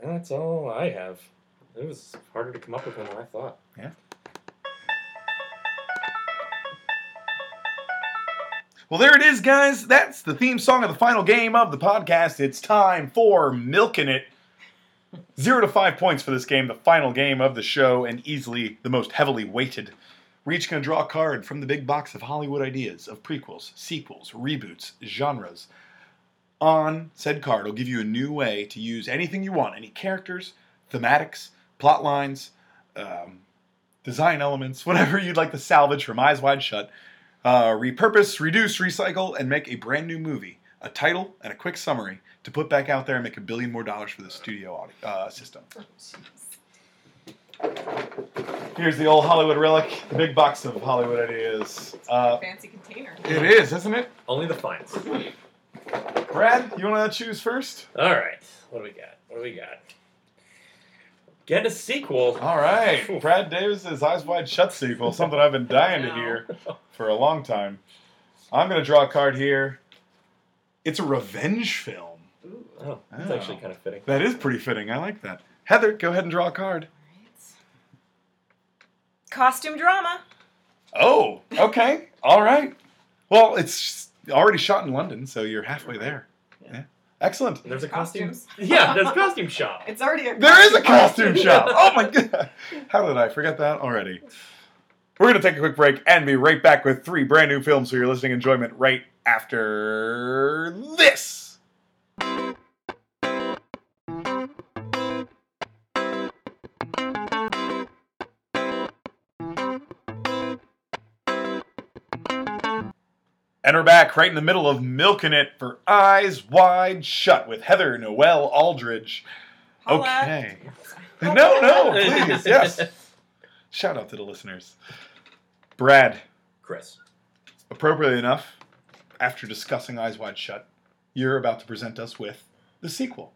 Speaker 2: that's all I have. It was harder to come up with than I thought.
Speaker 1: Well, there it is, guys. That's the theme song of the final game of the podcast. It's time for Milking It. Zero to five points for this game, the final game of the show, and easily the most heavily weighted. We're each going to draw a card from the big box of Hollywood ideas of prequels, sequels, reboots, genres. On said card, will give you a new way to use anything you want any characters, thematics, plot lines, um, design elements, whatever you'd like to salvage from Eyes Wide Shut uh, repurpose, reduce, recycle, and make a brand new movie, a title, and a quick summary to put back out there and make a billion more dollars for the studio audi- uh, system. Here's the old Hollywood relic, the big box of Hollywood ideas. Uh,
Speaker 3: Fancy container.
Speaker 1: it is, isn't it?
Speaker 2: Only the finest.
Speaker 1: Brad, you want to choose first?
Speaker 2: All right. What do we got? What do we got? Get a sequel.
Speaker 1: All right. Brad Davis's Eyes Wide Shut sequel, something I've been dying to
Speaker 3: No.
Speaker 1: hear for a long time. I'm going to draw a card here. It's a revenge film.
Speaker 3: Ooh.
Speaker 2: Oh, that's
Speaker 1: Oh.
Speaker 2: actually kind of fitting.
Speaker 1: That is pretty fitting. I like that. Heather, go ahead and draw a card.
Speaker 3: All costume drama.
Speaker 1: Oh, okay. All right. Well, it's already shot in London, so you're halfway there. Yeah. Excellent.
Speaker 2: And there's a costume.
Speaker 3: Costumes.
Speaker 2: Yeah, there's a costume shop.
Speaker 3: It's already a
Speaker 1: There is a costume shop. Oh my god. How did I forget that already? We're going to take a quick break and be right back with three brand new films for your listening enjoyment right after this. And we're back right in the middle of milking it for Eyes Wide Shut with Heather Noel Aldridge.
Speaker 3: Holla.
Speaker 1: Okay. No, no, Oh, please. Yes. Shout out to the listeners. Brad,
Speaker 2: Chris.
Speaker 1: appropriately enough, after discussing Eyes Wide Shut, you're about to present us with the sequel.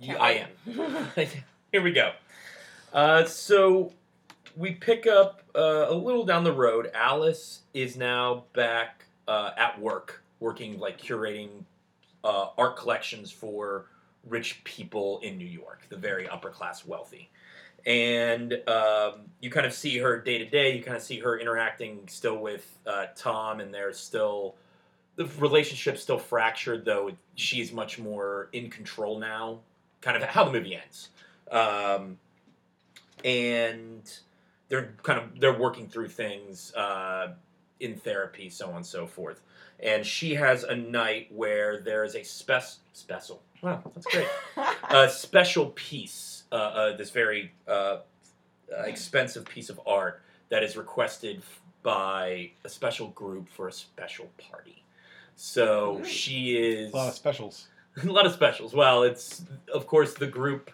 Speaker 2: You, I am. Here we go. Uh, so we pick up uh, a little down the road. Alice is now back uh, at work, working like curating uh, art collections for rich people in New York, the very upper class wealthy. And um, you kind of see her day to day. You kind of see her interacting still with uh, Tom, and they're still the relationship's still fractured, though she's much more in control now. Kind of how the movie ends, um, and they're kind of they're working through things uh, in therapy, so on and so forth. And she has a night where there is a spec special. Wow, that's great a special piece, uh, uh, this very uh, uh, expensive piece of art that is requested f- by a special group for a special party. So
Speaker 3: Ooh.
Speaker 2: she is
Speaker 1: A lot of specials.
Speaker 2: a lot of specials. Well, it's of course the group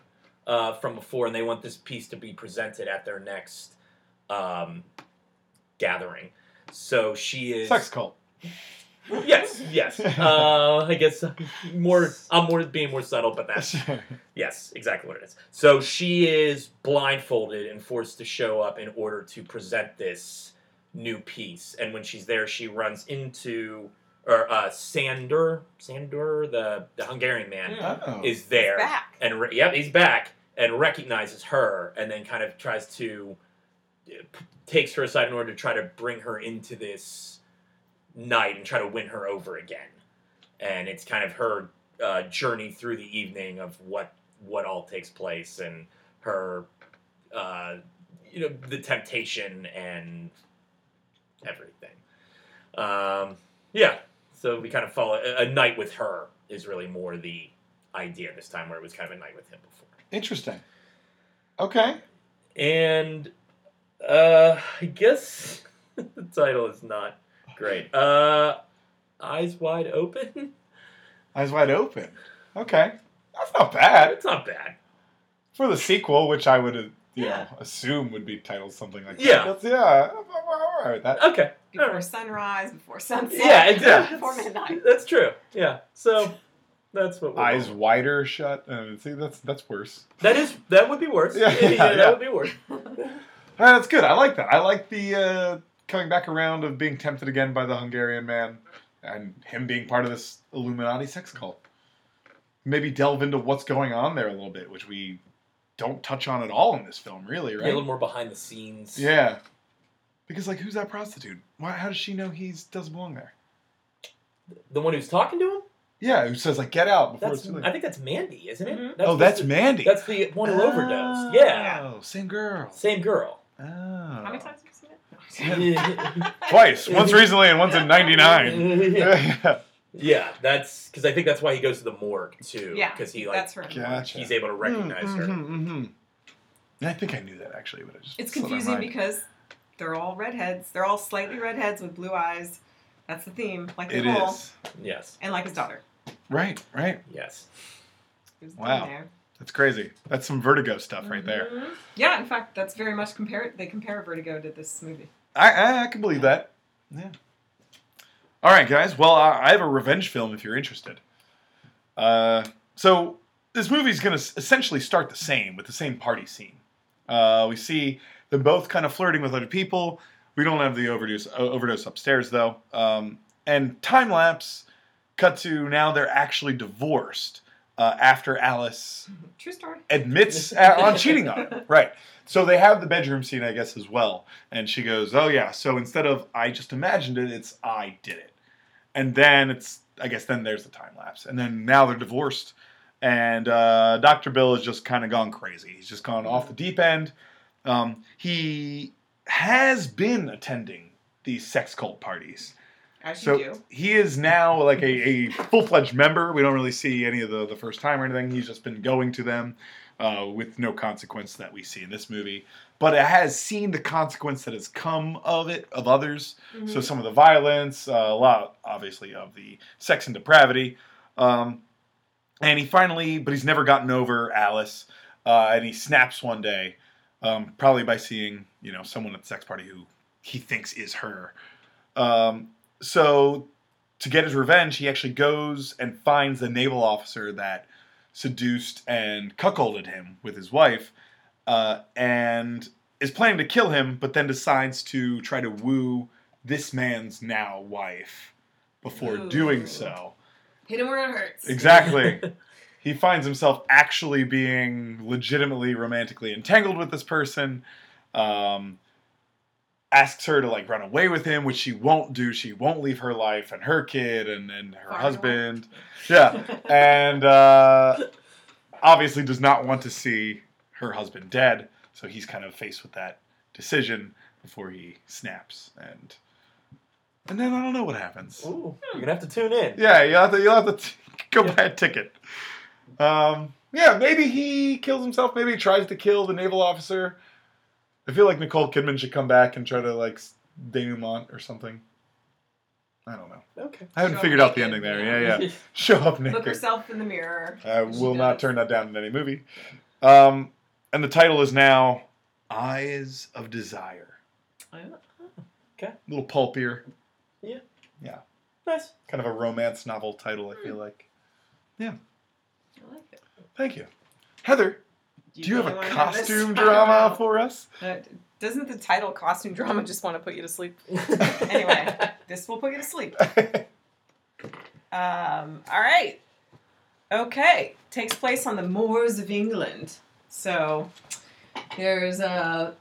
Speaker 2: uh, from before, and they want this piece to be presented at their next um, gathering. So she is
Speaker 1: Sex cult.
Speaker 2: Yes, yes. Uh, I guess more. I'm more being more subtle, but that's Yes, exactly what it is. So she is blindfolded and forced to show up in order to present this new piece. And when she's there, she runs into or uh, Sander, Sander, the, the Hungarian man,
Speaker 3: Mm.
Speaker 1: Oh.
Speaker 2: is there
Speaker 3: back.
Speaker 2: and re- yep, he's back and recognizes her, and then kind of tries to uh, p- takes her aside in order to try to bring her into this night and try to win her over again. And it's kind of her uh, journey through the evening of what what all takes place and her uh, you know the temptation and everything. Um, yeah, so we kind of follow a, a night with her is really more the idea this time where it was kind of a night with him before.
Speaker 1: Interesting. Okay.
Speaker 2: And uh, I guess the title is not great. Uh, Eyes Wide Open?
Speaker 1: Eyes Wide Open. Okay. That's not bad.
Speaker 2: It's not bad.
Speaker 1: For the sequel, which I would uh, you
Speaker 3: Yeah.
Speaker 1: know, assume would be titled something like
Speaker 2: Yeah.
Speaker 1: that. That's, yeah. I'm- I'm all right with that.
Speaker 2: Okay.
Speaker 3: Before
Speaker 2: Alright.
Speaker 3: sunrise, before sunset.
Speaker 2: Yeah, exactly.
Speaker 3: Before midnight.
Speaker 2: That's true. Yeah. So that's what we're
Speaker 1: Eyes
Speaker 2: going.
Speaker 1: wider shut. Uh, see, that's that's worse.
Speaker 2: That is that would be worse.
Speaker 1: Yeah,
Speaker 2: Yeah, yeah,
Speaker 1: yeah, yeah.
Speaker 2: that would be worse.
Speaker 1: All right, that's good. I like that. I like the uh, coming back around of being tempted again by the Hungarian man and him being part of this Illuminati sex cult. Maybe delve into what's going on there a little bit, which we don't touch on at all in this film, really,
Speaker 2: Yeah, a little
Speaker 1: right?
Speaker 2: more behind the scenes.
Speaker 1: Yeah. Because, like, who's that prostitute? Why, how does she know he's doesn't belong there?
Speaker 2: The one who's talking to him?
Speaker 1: Yeah, who says, like, get out before
Speaker 2: That's
Speaker 1: it's too late.
Speaker 2: I think that's Mandy, isn't it?
Speaker 3: Mhm.
Speaker 1: oh, that's
Speaker 2: the,
Speaker 1: Mandy.
Speaker 2: That's the one who overdosed. Yeah.
Speaker 1: Oh, same girl.
Speaker 2: Same girl.
Speaker 1: Oh.
Speaker 3: How many times have you seen it?
Speaker 1: Twice. Once recently and once in 99.
Speaker 2: yeah,
Speaker 1: yeah.
Speaker 2: that's because I think that's why he goes to the morgue too.
Speaker 3: Yeah,
Speaker 2: because he like
Speaker 3: That's her.
Speaker 1: Gotcha.
Speaker 2: he's able to
Speaker 1: hmm,
Speaker 2: recognize her.
Speaker 1: Mm, Mm-hmm. I think I knew that actually, but I just
Speaker 3: It's
Speaker 1: slipped my
Speaker 3: confusing
Speaker 1: mind.
Speaker 3: because they're all redheads. They're all slightly redheads with blue eyes. That's the theme. Like
Speaker 1: it
Speaker 3: Nicole
Speaker 1: is
Speaker 2: Yes,
Speaker 3: and like his daughter.
Speaker 1: right, right.
Speaker 2: yes.
Speaker 3: It was
Speaker 1: Wow.
Speaker 3: done there.
Speaker 1: That's crazy. That's some Vertigo stuff right there.
Speaker 3: Mhm. Yeah, in fact, that's very much compare. They compare Vertigo to this movie.
Speaker 1: I, I I can believe that. Yeah. All right, guys. Well, I, I have a revenge film if you're interested. Uh, so this movie's going to essentially start the same with the same party scene. Uh, we see them both kind of flirting with other people. We don't have the overdose o- overdose upstairs though. Um, and time lapse cut to now they're actually divorced, uh, after Alice
Speaker 3: True story.
Speaker 1: admits a- on cheating on him. Right. So they have the bedroom scene, I guess, as well. And she goes, "Oh yeah." So instead of "I just imagined it," it's "I did it." And then it's, I guess, then there's the time lapse, and then now they're divorced, and uh, Doctor Bill has just kind of gone crazy. He's just gone off the deep end. Um, he has been attending these sex cult parties.
Speaker 3: As
Speaker 1: So
Speaker 3: you do.
Speaker 1: he is now like a, a full fledged member. We don't really see any of the, the first time or anything. He's just been going to them uh, with no consequence that we see in this movie. But it has seen the consequence that has come of it, of others.
Speaker 3: Mm-hmm.
Speaker 1: So some of the violence, uh, a lot, obviously, of the sex and depravity. Um, and he finally, but he's never gotten over Alice. Uh, and he snaps one day, um, probably by seeing, you know, someone at the sex party who he thinks is her. Um, so to get his revenge, he actually goes and finds the naval officer that seduced and cuckolded him with his wife, uh, and is planning to kill him, but then decides to try to woo this man's now wife before
Speaker 3: Ooh.
Speaker 1: doing so.
Speaker 3: Hit him where it hurts.
Speaker 1: Exactly. he finds himself actually being legitimately romantically entangled with this person. Um, asks her to like run away with him, which she won't do. She won't leave her life and her kid and and her
Speaker 3: Far away.
Speaker 1: husband. Yeah, and uh, obviously does not want to see her husband dead. So he's kind of faced with that decision before he snaps and. And then I don't know what happens.
Speaker 2: Ooh, you're gonna have to tune in.
Speaker 1: Hmm. Yeah, you'll have to you'll have to t- go
Speaker 2: Yeah.
Speaker 1: buy a ticket. Um, yeah, maybe he kills himself. Maybe he tries to kill the naval officer. I feel like Nicole Kidman should come back and try to like s- denouement or something. I don't know.
Speaker 2: Okay.
Speaker 1: I haven't
Speaker 3: Show up
Speaker 1: figured out the ending
Speaker 3: naked.
Speaker 1: there. Yeah, yeah. Show up
Speaker 3: Look
Speaker 1: naked.
Speaker 3: herself in the mirror.
Speaker 1: I
Speaker 3: She
Speaker 1: will not
Speaker 3: does.
Speaker 1: turn that down in any movie. Um, and the title is now Eyes of Desire. A little pulpier,
Speaker 2: nice.
Speaker 1: kind of a romance novel title. I
Speaker 3: Hmm.
Speaker 1: feel like.
Speaker 3: I like it.
Speaker 1: Thank you, Heather. Do you have
Speaker 3: really
Speaker 1: a
Speaker 3: wanna this?
Speaker 1: costume drama for us?
Speaker 3: Uh, doesn't the title costume drama just want to put you to sleep? Anyway, this will put you to sleep. Um, all right. Okay. Takes place on the moors of England. So there's a,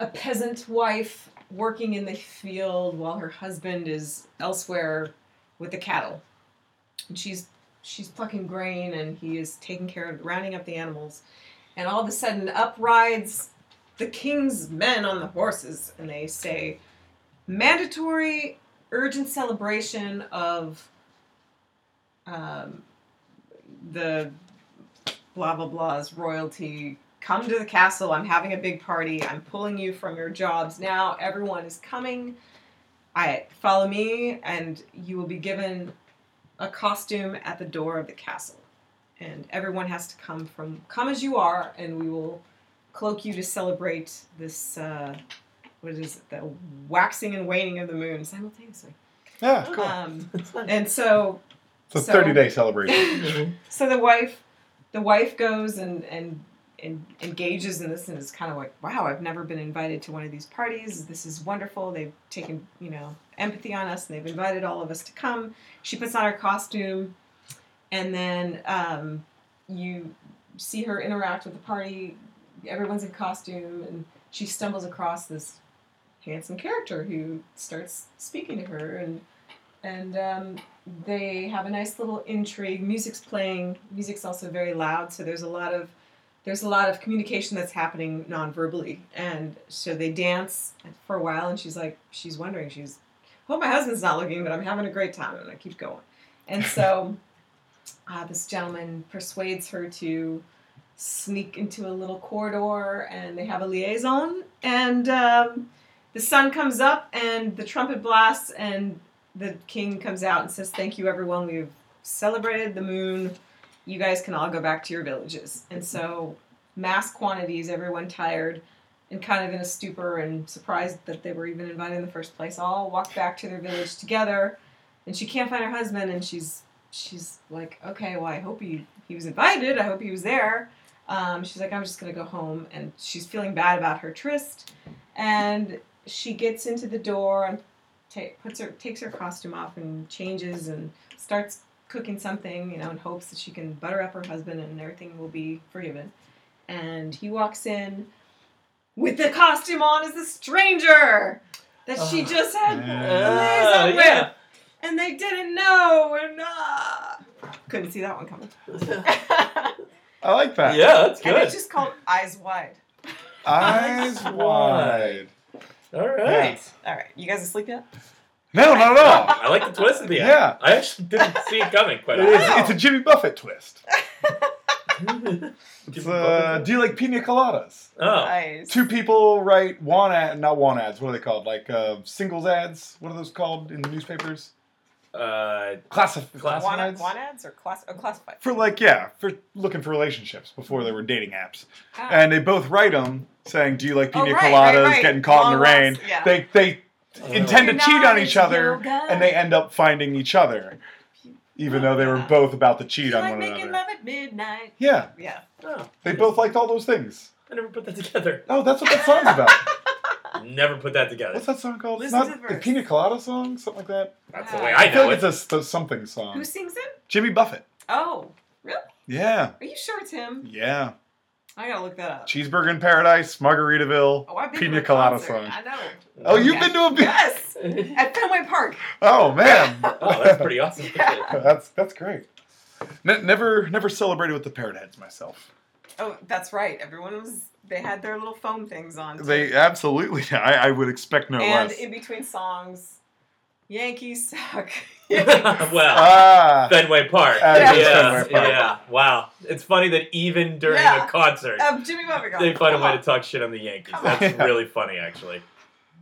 Speaker 3: a peasant wife working in the field while her husband is elsewhere with the cattle. And she's she's plucking grain and he is taking care of rounding up the animals. And all of a sudden up rides the king's men on the horses and they say mandatory urgent celebration of um, the blah blah blah's royalty come to the castle i'm having a big party i'm pulling you from your jobs now everyone is coming i follow me and you will be given a costume at the door of the castle and everyone has to come from come as you are and we will cloak you to celebrate this uh, what is it the waxing and waning of the moon simultaneously
Speaker 1: Yeah, cool.
Speaker 3: um, and so
Speaker 1: it's a
Speaker 3: so-
Speaker 1: 30 day celebration.
Speaker 3: so the wife the wife goes and and and engages in this and is kind of like wow i've never been invited to one of these parties this is wonderful they've taken you know empathy on us and they've invited all of us to come she puts on her costume and then um, you see her interact with the party everyone's in costume and she stumbles across this handsome character who starts speaking to her and and um, they have a nice little intrigue. Music's playing. Music's also very loud, so there's a lot of there's a lot of communication that's happening non-verbally. And so they dance for a while, and she's like, she's wondering, she's, hope my husband's not looking, but I'm having a great time, and I keep going. And so uh, this gentleman persuades her to sneak into a little corridor, and they have a liaison. And um, the sun comes up, and the trumpet blasts, and the king comes out and says, "Thank you, everyone. We've celebrated the moon. You guys can all go back to your villages." And so, mass quantities, everyone tired and kind of in a stupor and surprised that they were even invited in the first place, all walk back to their village together. And she can't find her husband, and she's she's like, "Okay, well, I hope he he was invited. I hope he was there." Um, she's like, "I'm just gonna go home," and she's feeling bad about her tryst, and she gets into the door and ta- puts her takes her costume off and changes and starts cooking something, you know, in hopes that she can butter up her husband and everything will be forgiven. And he walks in with the costume on as the stranger that she
Speaker 2: Ugh.
Speaker 3: just had
Speaker 2: Ah,
Speaker 1: Uh,
Speaker 3: liaison with.
Speaker 2: yeah.
Speaker 3: And they didn't know. And ah, couldn't see that one coming.
Speaker 1: I like that.
Speaker 2: yeah, that's
Speaker 3: And
Speaker 2: good.
Speaker 3: it's just called Eyes Wide.
Speaker 1: Eyes
Speaker 2: Eyes
Speaker 1: wide.
Speaker 2: wide. All right.
Speaker 3: All right, you guys asleep yet?
Speaker 1: No, not at all.
Speaker 2: I like the twist at the end.
Speaker 1: Yeah.
Speaker 2: I actually didn't see it coming quite
Speaker 1: It is,
Speaker 2: honestly.
Speaker 3: Wow.
Speaker 1: it's a Jimmy Buffett twist.
Speaker 2: Jimmy
Speaker 1: It's, uh,
Speaker 2: Buffett.
Speaker 1: do you like pina coladas?
Speaker 2: Oh,
Speaker 3: Eyes.
Speaker 1: Uh, Two people write one ad, not one ads. What are they called? Like uh, singles ads. What are those called in the newspapers?
Speaker 2: uh,
Speaker 1: Classif-
Speaker 2: Class-
Speaker 1: one
Speaker 3: Wanna-
Speaker 1: ads.
Speaker 3: Wanads or class, oh, classified?
Speaker 1: For like, yeah, for looking for relationships before there were dating apps.
Speaker 3: Ah.
Speaker 1: And they both write them saying, "Do you like
Speaker 3: Oh,
Speaker 1: pina
Speaker 3: right, right,
Speaker 1: coladas?"
Speaker 3: right.
Speaker 1: Getting caught in the
Speaker 3: Long
Speaker 1: rain.
Speaker 3: lost, yeah.
Speaker 1: They they
Speaker 2: Oh.
Speaker 1: intend to
Speaker 3: You're
Speaker 1: cheat
Speaker 3: not
Speaker 1: on each other,
Speaker 3: yoga.
Speaker 1: and they end up finding each other, even though they were
Speaker 3: Yeah.
Speaker 1: both about to cheat
Speaker 3: You
Speaker 1: on
Speaker 3: like
Speaker 1: one
Speaker 3: making
Speaker 1: another.
Speaker 3: love at midnight.
Speaker 1: Yeah,
Speaker 3: Yeah.
Speaker 2: oh,
Speaker 1: they both liked all those things.
Speaker 2: I never put that together.
Speaker 1: Oh, that's what that song's about.
Speaker 2: Never put that together.
Speaker 1: What's that song called? It's
Speaker 3: Listen
Speaker 1: not
Speaker 3: to the
Speaker 1: the
Speaker 3: verse.
Speaker 1: Pina Colada song, something like that.
Speaker 2: That's
Speaker 3: Wow.
Speaker 2: the way I
Speaker 1: I feel
Speaker 2: know
Speaker 1: like
Speaker 2: it.
Speaker 1: it's a s- something song.
Speaker 3: Who sings it?
Speaker 1: Jimmy Buffett.
Speaker 3: Oh, really?
Speaker 1: Yeah,
Speaker 3: Are you sure it's him?
Speaker 1: yeah.
Speaker 3: I gotta look that up.
Speaker 1: Cheeseburger in Paradise, Margaritaville,
Speaker 3: Oh, I've been
Speaker 1: Pina
Speaker 3: to a
Speaker 1: Colada
Speaker 3: concert.
Speaker 1: song.
Speaker 3: I know.
Speaker 1: Oh, you've
Speaker 3: Yeah.
Speaker 1: been to a Pina.
Speaker 3: Yes, at Fenway Park.
Speaker 1: Oh man,
Speaker 2: Oh, that's pretty awesome.
Speaker 1: that's that's great. Ne- never never celebrated with the parrot heads myself.
Speaker 3: Oh, that's right. Everyone was. They had their little foam things on. too.
Speaker 1: They absolutely. I, I would expect no
Speaker 3: and
Speaker 1: less.
Speaker 3: in between songs, Yankees suck.
Speaker 2: well,
Speaker 1: ah,
Speaker 2: Fenway Park.
Speaker 1: Uh,
Speaker 2: yeah,
Speaker 3: it is
Speaker 1: Fenway Park.
Speaker 2: yeah. Wow, it's funny that even during
Speaker 3: Yeah.
Speaker 2: a concert,
Speaker 3: um, Jimmy Buffett.
Speaker 2: they
Speaker 3: got-
Speaker 2: find a
Speaker 3: come
Speaker 2: way
Speaker 3: on.
Speaker 2: to talk shit on the Yankees.
Speaker 3: Come
Speaker 2: That's
Speaker 1: on.
Speaker 2: really funny, actually.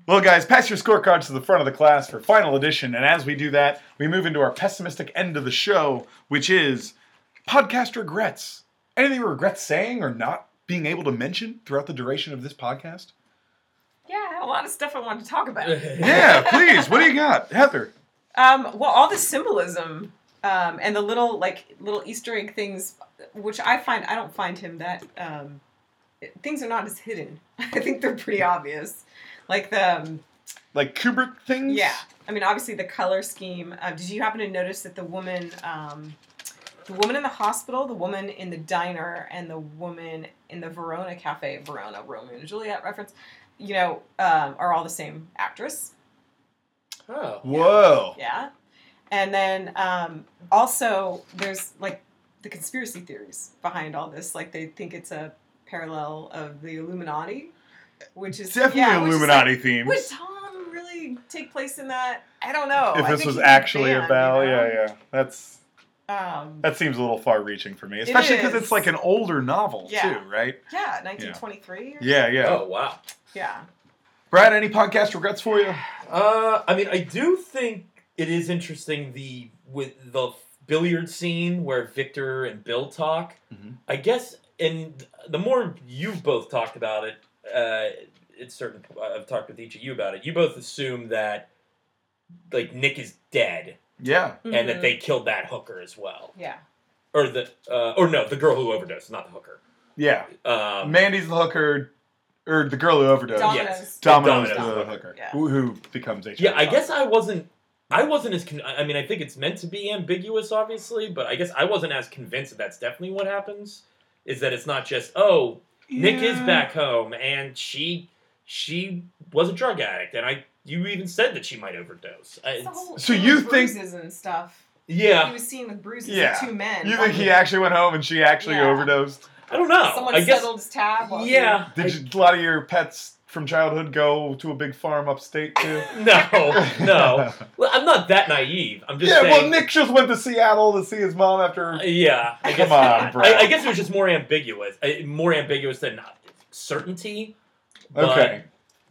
Speaker 1: Well, guys, pass your scorecards to the front of the class for final edition. And as we do that, we move into our pessimistic end of the show, which is podcast regrets. Anything you regret saying or not being able to mention throughout the duration of this podcast?
Speaker 3: Yeah, I had a lot of stuff I wanted to talk about.
Speaker 1: Yeah, please. What do you got, Heather?
Speaker 3: Um, well, all the symbolism um, and the little like little Easter egg things, which I find I don't find him that um, things are not as hidden. I think they're pretty obvious. Like the um,
Speaker 1: Like Kubrick things?
Speaker 3: yeah, I mean obviously the color scheme. Uh, did you happen to notice that the woman, um, the woman in the hospital, the woman in the diner, and the woman in the Verona cafe, Verona Romeo and Juliet reference, you know, um, are all the same actress.
Speaker 2: Oh,
Speaker 1: Whoa.
Speaker 3: Yeah. And then um, also there's like the conspiracy theories behind all this. Like they think it's a parallel of the Illuminati, which is
Speaker 1: Definitely
Speaker 3: yeah, which is,
Speaker 1: Illuminati
Speaker 3: like,
Speaker 1: themes.
Speaker 3: Would Tom really take place in that? I don't know.
Speaker 1: if
Speaker 3: Oh, I
Speaker 1: this
Speaker 3: think
Speaker 1: was
Speaker 3: he's
Speaker 1: actually
Speaker 3: banned,
Speaker 1: about,
Speaker 3: you know?
Speaker 1: yeah, yeah. That's
Speaker 3: Um,
Speaker 1: that seems a little far reaching for me, especially because
Speaker 3: is.
Speaker 1: it's like an older novel
Speaker 3: Yeah.
Speaker 1: too, right?
Speaker 3: yeah, 1923. or-
Speaker 1: Yeah, yeah.
Speaker 2: oh wow.
Speaker 3: Yeah.
Speaker 1: Brad, any podcast regrets for you?
Speaker 2: Uh, I mean, I do think it is interesting the with the billiard scene where Victor and Bill talk.
Speaker 1: Mhm.
Speaker 2: I guess, and the more you've both talked about it, uh, it's certain. I've talked with each of you about it. You both assume that like Nick is dead
Speaker 1: Yeah.
Speaker 2: and that
Speaker 3: Mhm.
Speaker 2: they killed that hooker as well,
Speaker 3: Yeah.
Speaker 2: or the uh, or no, the girl who overdosed, not the hooker.
Speaker 1: Yeah.
Speaker 2: Um,
Speaker 1: Mandy's the hooker, or the girl who overdosed.
Speaker 3: Domino's.
Speaker 2: yes.
Speaker 1: Domino's,
Speaker 2: Domino's
Speaker 1: the
Speaker 2: the
Speaker 1: hooker,
Speaker 3: yeah.
Speaker 1: who, who becomes HIV.
Speaker 2: Yeah, I guess I wasn't. I wasn't as. Con- I mean, I think it's meant to be ambiguous, obviously, but I guess I wasn't as convinced that that's definitely what happens. Is that it's not just oh Nick is back home and she she was a drug addict and I you even said that she might overdose. I,
Speaker 3: It's the
Speaker 2: it's-
Speaker 3: whole
Speaker 1: So
Speaker 3: thing
Speaker 1: you
Speaker 3: with
Speaker 1: think-
Speaker 3: bruises and stuff. He
Speaker 2: yeah,
Speaker 3: was seen with bruises
Speaker 1: Yeah.
Speaker 3: of two men.
Speaker 1: You
Speaker 3: One
Speaker 1: think he
Speaker 3: was-
Speaker 1: actually went home and she actually
Speaker 3: Yeah.
Speaker 1: overdosed?
Speaker 2: Oh, I don't know.
Speaker 3: Someone
Speaker 2: I guess
Speaker 3: settled his tab. while he-
Speaker 2: yeah. I-
Speaker 1: Did you, a lot of your pets from childhood go to a big farm upstate too?
Speaker 2: no, no. Well, I'm not that naive. I'm just
Speaker 1: yeah,
Speaker 2: saying.
Speaker 1: well, Nick just went to Seattle to see his mom after.
Speaker 2: Yeah, I
Speaker 1: Come
Speaker 2: guess
Speaker 1: on,
Speaker 2: not.
Speaker 1: bro.
Speaker 2: I, I guess it was just more ambiguous, uh, more ambiguous than certainty. But,
Speaker 1: Okay.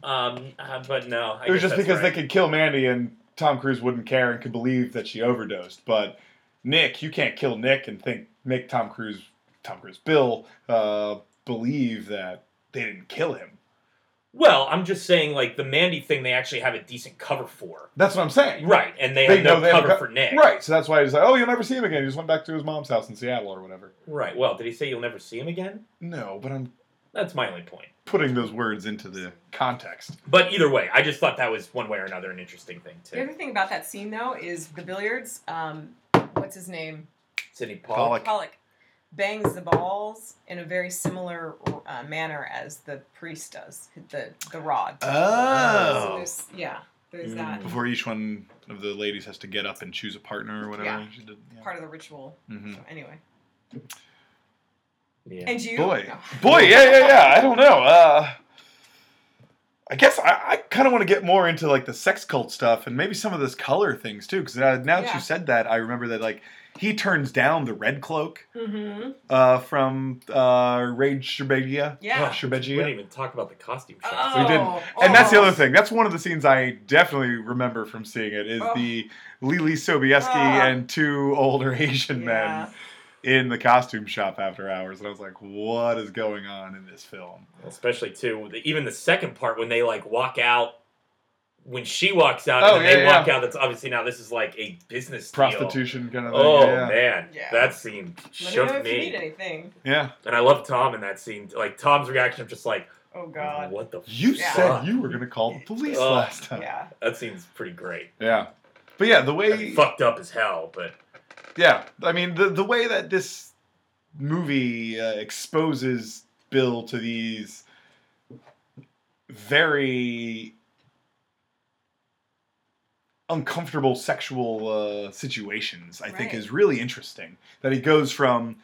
Speaker 2: Um, uh, but no, I
Speaker 1: it was
Speaker 2: guess
Speaker 1: just
Speaker 2: that's
Speaker 1: because
Speaker 2: right.
Speaker 1: they could kill Mandy and Tom Cruise wouldn't care and could believe that she overdosed. But Nick, you can't kill Nick and think make Tom Cruise, Tom Cruise, Bill uh, believe that they didn't kill him.
Speaker 2: Well, I'm just saying, like the Mandy thing, they actually have a decent cover for,
Speaker 1: That's what I'm saying.
Speaker 2: right? And they,
Speaker 1: They
Speaker 2: have
Speaker 1: know
Speaker 2: no
Speaker 1: they have
Speaker 2: cover
Speaker 1: a co-
Speaker 2: for Nick,
Speaker 1: Right. So that's why he's like, oh, you'll never see him again. He just went back to his mom's house in Seattle or whatever.
Speaker 2: Right. Well, did he say you'll never see him again?
Speaker 1: No, but I'm
Speaker 2: That's my only point.
Speaker 1: putting those words into the context.
Speaker 2: But either way, I just thought that was one way or another an interesting thing
Speaker 3: The
Speaker 2: too.
Speaker 3: other thing about that scene though is the billiards. Um, when what's his name?
Speaker 2: Sidney Paul.
Speaker 1: Pollock.
Speaker 3: Pollock bangs the balls in a very similar uh, manner as the priest does, the the rod. So
Speaker 1: Oh.
Speaker 3: there's- yeah, there's that
Speaker 1: Before each one of the ladies has to get up and choose a partner or whatever.
Speaker 3: Yeah.
Speaker 1: She did- yeah.
Speaker 3: part of the ritual.
Speaker 1: Mhm.
Speaker 3: So anyway,
Speaker 2: Yeah.
Speaker 3: and you
Speaker 1: Boy,
Speaker 3: No.
Speaker 1: boy, yeah, yeah, yeah. I don't know. Uh, I guess I, I kind of want to get more into like the sex cult stuff and maybe some of this color things too. Because now, now that
Speaker 3: Yeah.
Speaker 1: you said that, I remember that like he turns down the red cloak
Speaker 3: Mhm.
Speaker 1: uh, from uh, Rage Sherbegia.
Speaker 3: Yeah.
Speaker 2: We
Speaker 1: Sherbegia.
Speaker 2: didn't even talk about the costume shots.
Speaker 3: Oh,
Speaker 1: We didn't. And that's the other thing. That's one of the scenes I definitely remember from seeing it is
Speaker 3: Oh.
Speaker 1: the Lily Sobieski
Speaker 3: Ah.
Speaker 1: and two older Asian
Speaker 3: Oh. Yeah.
Speaker 1: men in the costume shop after hours. And I was like, what is going on in this film?
Speaker 2: especially too the- even the second part when they like walk out when she walks out
Speaker 1: Oh,
Speaker 2: and then they
Speaker 1: yeah,
Speaker 2: walk out that's obviously now this is like a business deal.
Speaker 1: Prostitution kind of thing.
Speaker 2: oh
Speaker 1: yeah.
Speaker 2: man
Speaker 3: Yeah.
Speaker 2: that scene
Speaker 3: Let me know
Speaker 2: shook
Speaker 3: if you
Speaker 2: me
Speaker 3: need anything.
Speaker 1: Yeah.
Speaker 2: and i love tom in that scene like tom's reaction of just like
Speaker 3: Oh God.
Speaker 2: what the
Speaker 1: You
Speaker 3: Yeah.
Speaker 1: said you were going to call the police
Speaker 2: Oh.
Speaker 1: last time. Uh, Yeah.
Speaker 3: Yeah.
Speaker 2: that scene's pretty great
Speaker 1: But yeah, the
Speaker 2: I
Speaker 1: way.
Speaker 2: mean, fucked up as hell but
Speaker 1: Yeah. I mean, the, the way that this movie uh, exposes Bill to these very uncomfortable sexual uh, situations, I think,
Speaker 3: Right.
Speaker 1: is really interesting. That he goes from,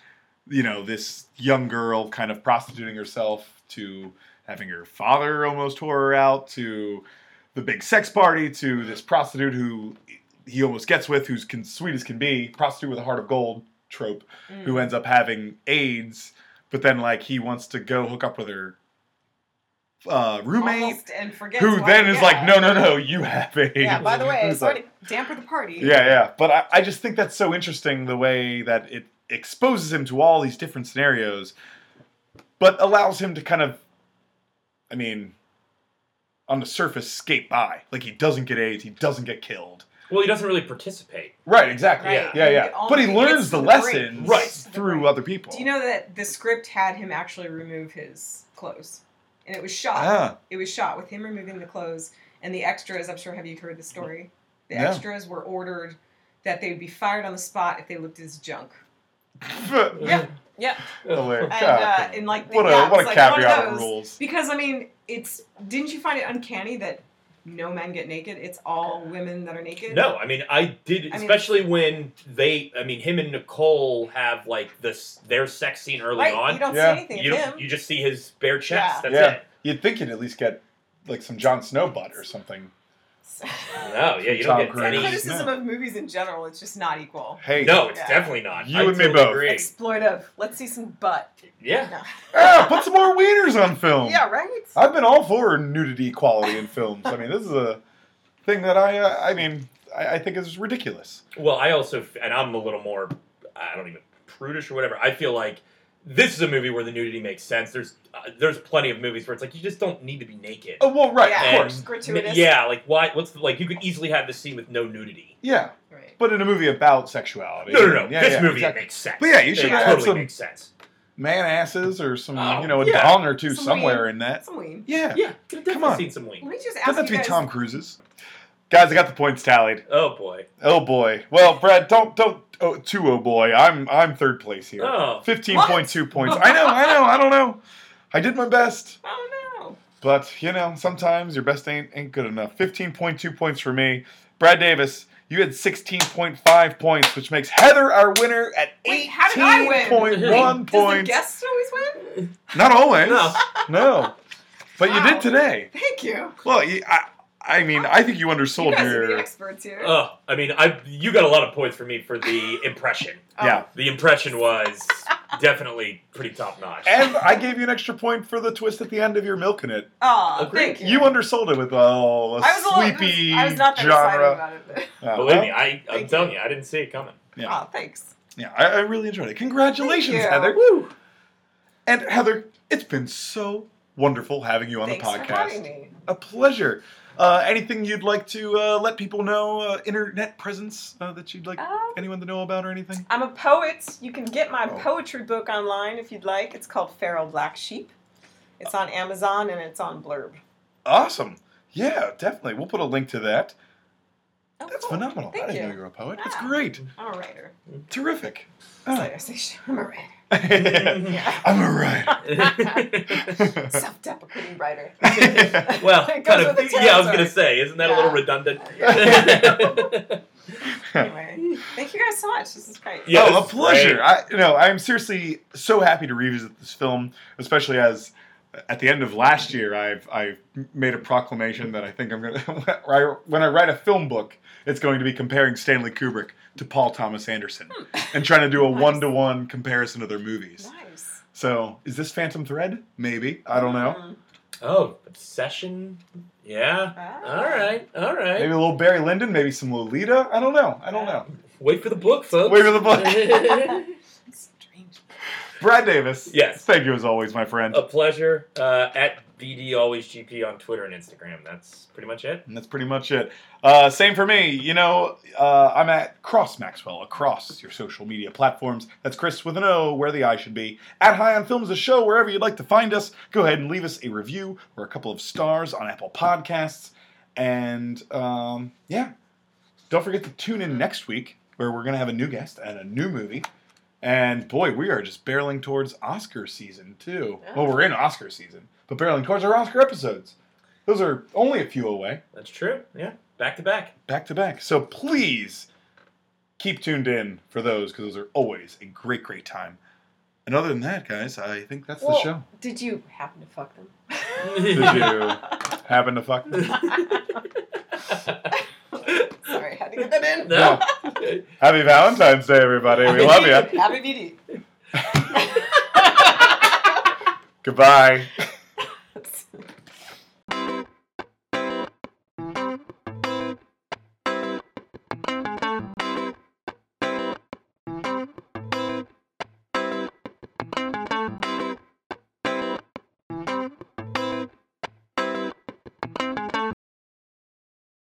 Speaker 1: you know, this young girl kind of prostituting herself to having her father almost whore her out to the big sex party to this prostitute who he almost gets with, who's can, sweet as can be, prostitute with a heart of gold trope
Speaker 3: Mm.
Speaker 1: who ends up having AIDS, but then like he wants to go hook up with her uh, roommate,
Speaker 3: Almost and forgets
Speaker 1: who
Speaker 3: why-
Speaker 1: then is
Speaker 3: yeah.
Speaker 1: like, no, no, no, you have AIDS.
Speaker 3: Yeah. By the way,
Speaker 1: It's
Speaker 3: it's
Speaker 1: like-
Speaker 3: already damper the party.
Speaker 1: yeah, yeah. But I, I just think that's so interesting the way that it exposes him to all these different scenarios, but allows him to kind of, I mean, on the surface, skate by. Like he doesn't get AIDS, he doesn't get killed.
Speaker 2: well he doesn't really participate
Speaker 1: Right, exactly.
Speaker 2: Right.
Speaker 1: Yeah, yeah.
Speaker 3: It all-
Speaker 1: But he
Speaker 3: it
Speaker 1: learns
Speaker 3: gets
Speaker 1: the
Speaker 3: to brain.
Speaker 1: lessons
Speaker 2: Right.
Speaker 3: Gets to the
Speaker 1: through
Speaker 3: brain.
Speaker 1: other people.
Speaker 3: Do you know that the script had him actually remove his clothes? And it was shot.
Speaker 1: Ah.
Speaker 3: It was shot with him removing the clothes and the extras. I'm sure, have you heard the story? The
Speaker 1: No.
Speaker 3: extras were ordered that they would be fired on the spot if they looked at his junk. Yeah. Yeah.
Speaker 1: Hilarious.
Speaker 3: And, uh,
Speaker 1: God.
Speaker 3: and like,
Speaker 1: what a
Speaker 3: yeah, it
Speaker 1: what
Speaker 3: was
Speaker 1: a
Speaker 3: like
Speaker 1: caveat
Speaker 3: one of those.
Speaker 1: rules.
Speaker 3: Because, I mean, it's. Didn't you find it uncanny that no men get naked? It's all women that are naked?
Speaker 2: no i mean i did
Speaker 3: I mean-
Speaker 2: especially when they i mean him and nicole have like this their sex scene early
Speaker 3: Right?
Speaker 2: on
Speaker 3: You don't
Speaker 1: Yeah.
Speaker 3: see anything
Speaker 2: you,
Speaker 3: of
Speaker 2: don't-
Speaker 3: him.
Speaker 2: you just see his bare
Speaker 3: Yeah.
Speaker 2: chest that's
Speaker 1: Yeah.
Speaker 2: it
Speaker 1: You'd think you'd at least get like some Jon Snow butt or something.
Speaker 2: no yeah you
Speaker 1: Tom
Speaker 2: don't get
Speaker 1: Cruise.
Speaker 2: any
Speaker 3: criticism of movies in general it's just not equal.
Speaker 1: Hey,
Speaker 2: No, it's
Speaker 3: Yeah.
Speaker 2: definitely not.
Speaker 1: You
Speaker 2: I
Speaker 1: and me
Speaker 2: totally
Speaker 1: both.
Speaker 2: agree.
Speaker 3: Exploitive. Let's see some butt.
Speaker 2: yeah. Oh.
Speaker 3: No.
Speaker 1: ah, put some more wieners on film.
Speaker 3: Yeah, right?
Speaker 1: I've been all for nudity equality in films. I mean, this is a thing that I uh, I mean I, I think is ridiculous.
Speaker 2: Well, I also, f- and I'm a little more, I don't even prudish or whatever. I feel like this is a movie where the nudity makes sense. There's, uh, there's plenty of movies where it's like you just don't need to be naked.
Speaker 1: Oh well, right,
Speaker 3: Yeah.
Speaker 1: of
Speaker 2: And-
Speaker 1: course.
Speaker 3: Gratuitous.
Speaker 2: Yeah, like why? What's the, like you could easily have this scene with no nudity.
Speaker 1: Yeah,
Speaker 3: Right.
Speaker 1: but in a movie about sexuality.
Speaker 2: No, no, no.
Speaker 1: Yeah,
Speaker 2: this
Speaker 1: yeah,
Speaker 2: movie
Speaker 1: exactly.
Speaker 2: makes sense.
Speaker 1: But yeah, you should
Speaker 2: it
Speaker 1: have
Speaker 2: totally
Speaker 1: some-
Speaker 2: makes sense.
Speaker 1: man asses or some
Speaker 2: Oh,
Speaker 1: you know a
Speaker 2: yeah.
Speaker 1: dong or two
Speaker 3: Some
Speaker 1: somewhere
Speaker 3: wiener.
Speaker 1: in that.
Speaker 3: Some ween.
Speaker 1: Yeah,
Speaker 2: Yeah, could have
Speaker 1: Come on.
Speaker 2: definitely seen some
Speaker 3: Let
Speaker 2: wing.
Speaker 3: me just ask
Speaker 1: doesn't have to
Speaker 3: you
Speaker 1: be
Speaker 3: guys.
Speaker 1: Tom Cruise's. Guys, I got the points tallied.
Speaker 2: Oh boy.
Speaker 1: Oh boy. Well, Brad, don't don't oh, two oh boy. I'm I'm third place here.
Speaker 2: Oh.
Speaker 1: Fifteen point two points. I know, I know, I don't know. I did my best,
Speaker 3: Oh no.
Speaker 1: but you know, sometimes your best ain't ain't good enough. Fifteen point two points for me. Brad Davis, you had sixteen point five points, which makes Heather our winner at
Speaker 3: Wait, how did I win?
Speaker 1: eighteen point one
Speaker 3: Does the
Speaker 1: points.
Speaker 3: guest always win?
Speaker 1: Not always.
Speaker 2: No.
Speaker 1: No. But you
Speaker 3: Wow.
Speaker 1: did today.
Speaker 3: Thank you.
Speaker 2: Oh,
Speaker 1: Well, you- I, I mean, I think you
Speaker 3: You
Speaker 1: undersold
Speaker 3: guys are the
Speaker 1: your.
Speaker 3: experts here.
Speaker 2: Oh, I mean, I you got a lot of points for me for the impression.
Speaker 3: Oh,
Speaker 1: yeah.
Speaker 2: The impression was definitely pretty top notch.
Speaker 1: And I gave you an extra point for the twist at the end of your milking it.
Speaker 3: Aw,
Speaker 2: Agreed.
Speaker 3: thank you.
Speaker 1: You undersold it with oh, a
Speaker 3: I was a little,
Speaker 1: sleepy
Speaker 3: I was not that excited
Speaker 1: genre.
Speaker 3: about it. But,
Speaker 1: Uh,
Speaker 2: Believe me, I, I'm
Speaker 3: Thank
Speaker 2: telling you, I didn't see it coming.
Speaker 1: Yeah,
Speaker 3: Aw, thanks.
Speaker 1: yeah, I, I really enjoyed it. Congratulations,
Speaker 3: Thank you.
Speaker 1: Heather.
Speaker 2: Woo!
Speaker 1: And Heather, it's been so wonderful having you on
Speaker 3: thanks
Speaker 1: the podcast.
Speaker 3: for having me.
Speaker 1: A pleasure. Uh, anything you'd like to uh, let people know? Uh, internet presence uh, that you'd like
Speaker 3: Um,
Speaker 1: anyone to know about or anything?
Speaker 3: I'm a poet. You can get my
Speaker 1: Oh.
Speaker 3: poetry book online if you'd like. It's called Feral Black Sheep. It's on Amazon and it's on Blurb.
Speaker 1: Awesome. Yeah, definitely. We'll put a link to that.
Speaker 3: Oh,
Speaker 1: That's
Speaker 3: cool.
Speaker 1: phenomenal. I
Speaker 3: Thank
Speaker 1: didn't
Speaker 3: you.
Speaker 1: know you were a poet. That's
Speaker 3: Ah.
Speaker 1: great.
Speaker 3: I'm a writer.
Speaker 1: Terrific.
Speaker 3: Sorry, I say shit, I'm a writer. Yeah.
Speaker 1: I'm a writer.
Speaker 3: Self-deprecating writer.
Speaker 2: well,
Speaker 3: It
Speaker 2: kind
Speaker 3: goes
Speaker 2: of.
Speaker 3: with the
Speaker 2: Yeah, I was
Speaker 3: territory.
Speaker 2: gonna say, isn't that a
Speaker 3: Yeah.
Speaker 2: little redundant?
Speaker 3: Anyway, thank you guys so much. This is great.
Speaker 2: Yeah.
Speaker 1: oh, a
Speaker 2: it's
Speaker 1: pleasure.
Speaker 2: great.
Speaker 1: I, no, I'm seriously so happy to revisit this film, especially as at the end of last year, I've I've made a proclamation that I think I'm gonna when I write a film book, it's going to be comparing Stanley Kubrick to Paul Thomas Anderson and trying to do a
Speaker 3: Hmm. Nice.
Speaker 1: one to one comparison of their movies.
Speaker 3: Nice.
Speaker 1: So, is this Phantom Thread? Maybe I don't know.
Speaker 3: Mm.
Speaker 2: oh, obsession. Yeah.
Speaker 3: Ah.
Speaker 2: All right. All right.
Speaker 1: Maybe a little Barry Lyndon, maybe some Lolita. I don't know. I don't know.
Speaker 2: Wait for the book, folks.
Speaker 1: Wait for the
Speaker 2: book.
Speaker 3: Strange.
Speaker 1: Brad Davis.
Speaker 2: Yes.
Speaker 1: Thank you as always, my friend.
Speaker 2: a pleasure. Uh, at BD Always GP on Twitter and Instagram. That's pretty much it.
Speaker 1: And that's pretty much it. Uh, same for me. You know, uh, I'm at Cross Maxwell across your social media platforms. That's Chris with an O, where the I should be. At High on Films, the show, wherever you'd like to find us. Go ahead and leave us a review or a couple of stars on Apple Podcasts. And um, yeah, don't forget to tune in next week, where we're going to have a new guest and a new movie. And boy, we are just barreling towards Oscar season, too. Well, we're in Oscar season, but barreling towards our Oscar episodes. Those are only a few away
Speaker 2: That's true. Yeah. Back to back.
Speaker 1: back to back. So please keep tuned in for those because those are always a great, great time. And other than that, guys, I think that's the
Speaker 3: Well,
Speaker 1: show.
Speaker 3: Did you happen to fuck them?
Speaker 1: Did you happen to fuck?
Speaker 3: Sorry, I had to get that in.
Speaker 1: No. Happy Valentine's Day, everybody. We love you.
Speaker 3: Happy BD.
Speaker 1: Goodbye.